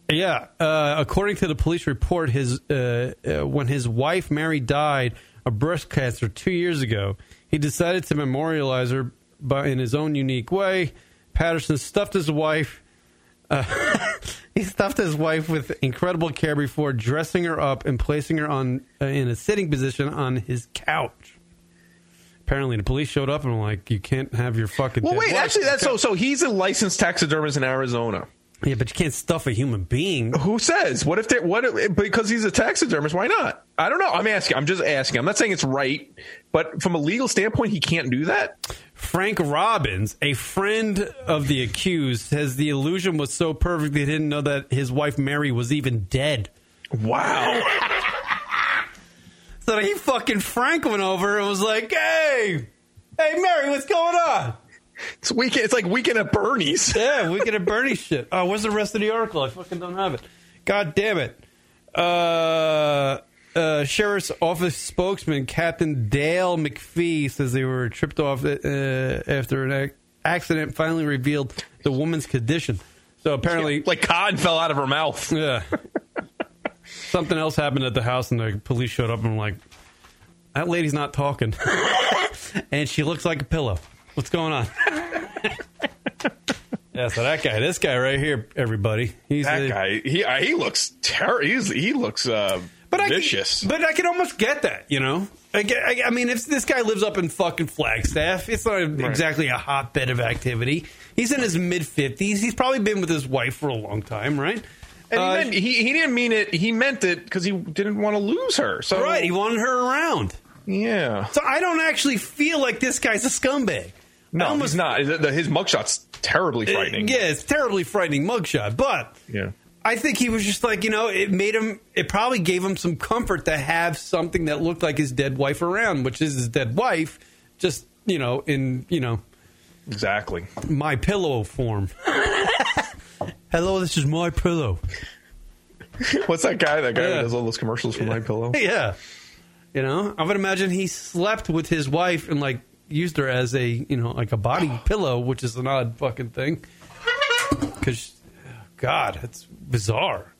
[SPEAKER 3] yeah, uh, according to the police report, his uh, uh, when his wife Mary died of breast cancer two years ago, he decided to memorialize her by, in his own unique way. Patterson stuffed his wife. Uh, he stuffed his wife with incredible care before dressing her up and placing her on uh, in a sitting position on his couch. Apparently, the police showed up and were like, "You can't have your fucking."
[SPEAKER 4] Well,
[SPEAKER 3] dead
[SPEAKER 4] wait,
[SPEAKER 3] wife
[SPEAKER 4] actually,
[SPEAKER 3] on the
[SPEAKER 4] that's so. So he's a licensed taxidermist in Arizona.
[SPEAKER 3] Yeah, but you can't stuff a human being.
[SPEAKER 4] Who says? What if they? What? If, because he's a taxidermist, why not? I don't know. I'm asking. I'm just asking. I'm not saying it's right, but from a legal standpoint, he can't do that.
[SPEAKER 3] Frank Robbins, a friend of the accused, says the illusion was so perfect they didn't know that his wife Mary was even dead.
[SPEAKER 4] Wow.
[SPEAKER 3] so he fucking Frank went over and was like, "Hey, hey, Mary, what's going on?"
[SPEAKER 4] It's weekend. It's like weekend at Bernie's.
[SPEAKER 3] Yeah, weekend at Bernie's shit. Oh, where's the rest of the article? I fucking don't have it. God damn it. Uh, uh, Sheriff's Office spokesman Captain Dale McPhee says they were tripped off uh, after an ac- accident. Finally revealed the woman's condition. So apparently,
[SPEAKER 4] like cotton fell out of her mouth.
[SPEAKER 3] Yeah. Something else happened at the house, and the police showed up and were like, "That lady's not talking, and she looks like a pillow. What's going on?" yeah, so that guy, this guy right here, everybody, he's
[SPEAKER 4] that
[SPEAKER 3] a-
[SPEAKER 4] guy. He uh, he looks terrible. He looks uh, vicious.
[SPEAKER 3] But I can almost get that, you know. I, get- I- I mean, if this guy lives up in fucking Flagstaff, it's not exactly a hotbed of activity. He's in his mid fifties. He's probably been with his wife for a long time, right?
[SPEAKER 4] and
[SPEAKER 3] Uh,
[SPEAKER 4] he, meant, he he didn't mean it. He meant it because he didn't want to lose her. So
[SPEAKER 3] right, he wanted her around.
[SPEAKER 4] Yeah.
[SPEAKER 3] So I don't actually feel like this guy's a scumbag.
[SPEAKER 4] No, he's not. His- the- His mugshot's terribly frightening.
[SPEAKER 3] Yeah, it's a terribly frightening mugshot, but
[SPEAKER 4] Yeah.
[SPEAKER 3] I think he was just like, you know, it made him, it probably gave him some comfort to have something that looked like his dead wife around, which is his dead wife, just, you know, in, you know,
[SPEAKER 4] exactly
[SPEAKER 3] my pillow form. Hello, this is my pillow.
[SPEAKER 4] What's that guy? That guy
[SPEAKER 3] Yeah.
[SPEAKER 4] who does all those commercials for My Pillow.
[SPEAKER 3] yeah. You know, I would imagine he slept with his wife and like used her as a, you know, like a body pillow, which is an odd fucking thing. Because, God, that's bizarre.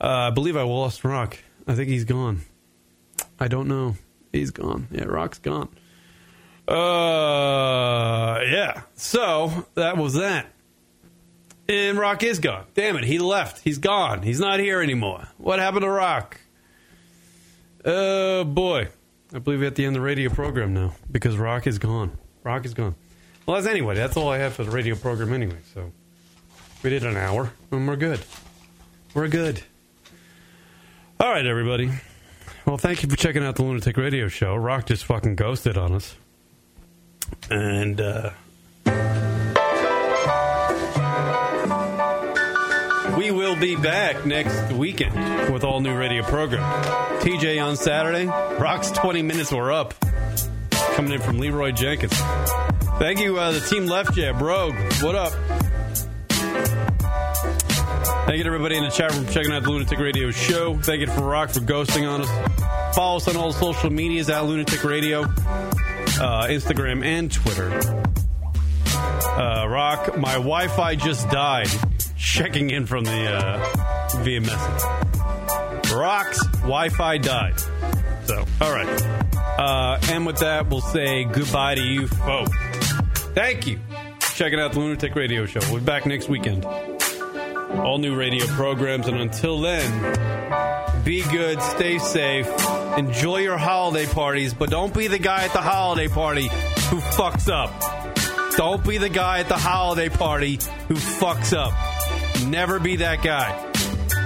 [SPEAKER 3] Uh, I believe I lost Rock. I think he's gone. I don't know. He's gone. Yeah, Rock's gone. Uh, yeah. So that was that. And Rock is gone. Damn it, he left. He's gone. He's not here anymore. What happened to Rock? Oh boy. I believe we're at the end of the radio program now because Rock is gone. Rock is gone. Well, that's anyway. That's all I have for the radio program anyway. So we did an hour and we're good. We're good. All right, everybody. Well, thank you for checking out the Lunatic Radio Show. Rock just fucking ghosted on us. And, uh,. We will be back next weekend with all new radio program. TJ on Saturday. Rock's 20 minutes were up. Coming in from Leroy Jenkins. Thank you, uh, the team left jab. Rogue, what up? Thank you to everybody in the chat room for checking out the Lunatic Radio show. Thank you for Rock for ghosting on us. Follow us on all the social medias at Lunatic Radio, uh, Instagram and Twitter. Uh, Rock, my Wi-Fi just died. Checking in from the uh, via message. Rock's Wi-Fi died. So, all right. Uh, and with that, we'll say goodbye to you folks. Thank you. Checking out the Lunatic Radio Show. We'll be back next weekend. All new radio programs, and until then, be good, stay safe, enjoy your holiday parties, but don't be the guy at the holiday party who fucks up. Don't be the guy at the holiday party who fucks up. Never be that guy.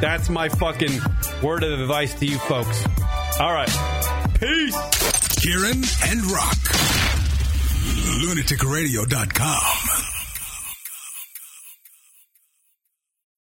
[SPEAKER 3] That's my fucking word of advice to you folks. All right. Peace.
[SPEAKER 1] Kieran and Rock. LunaticRadio.com.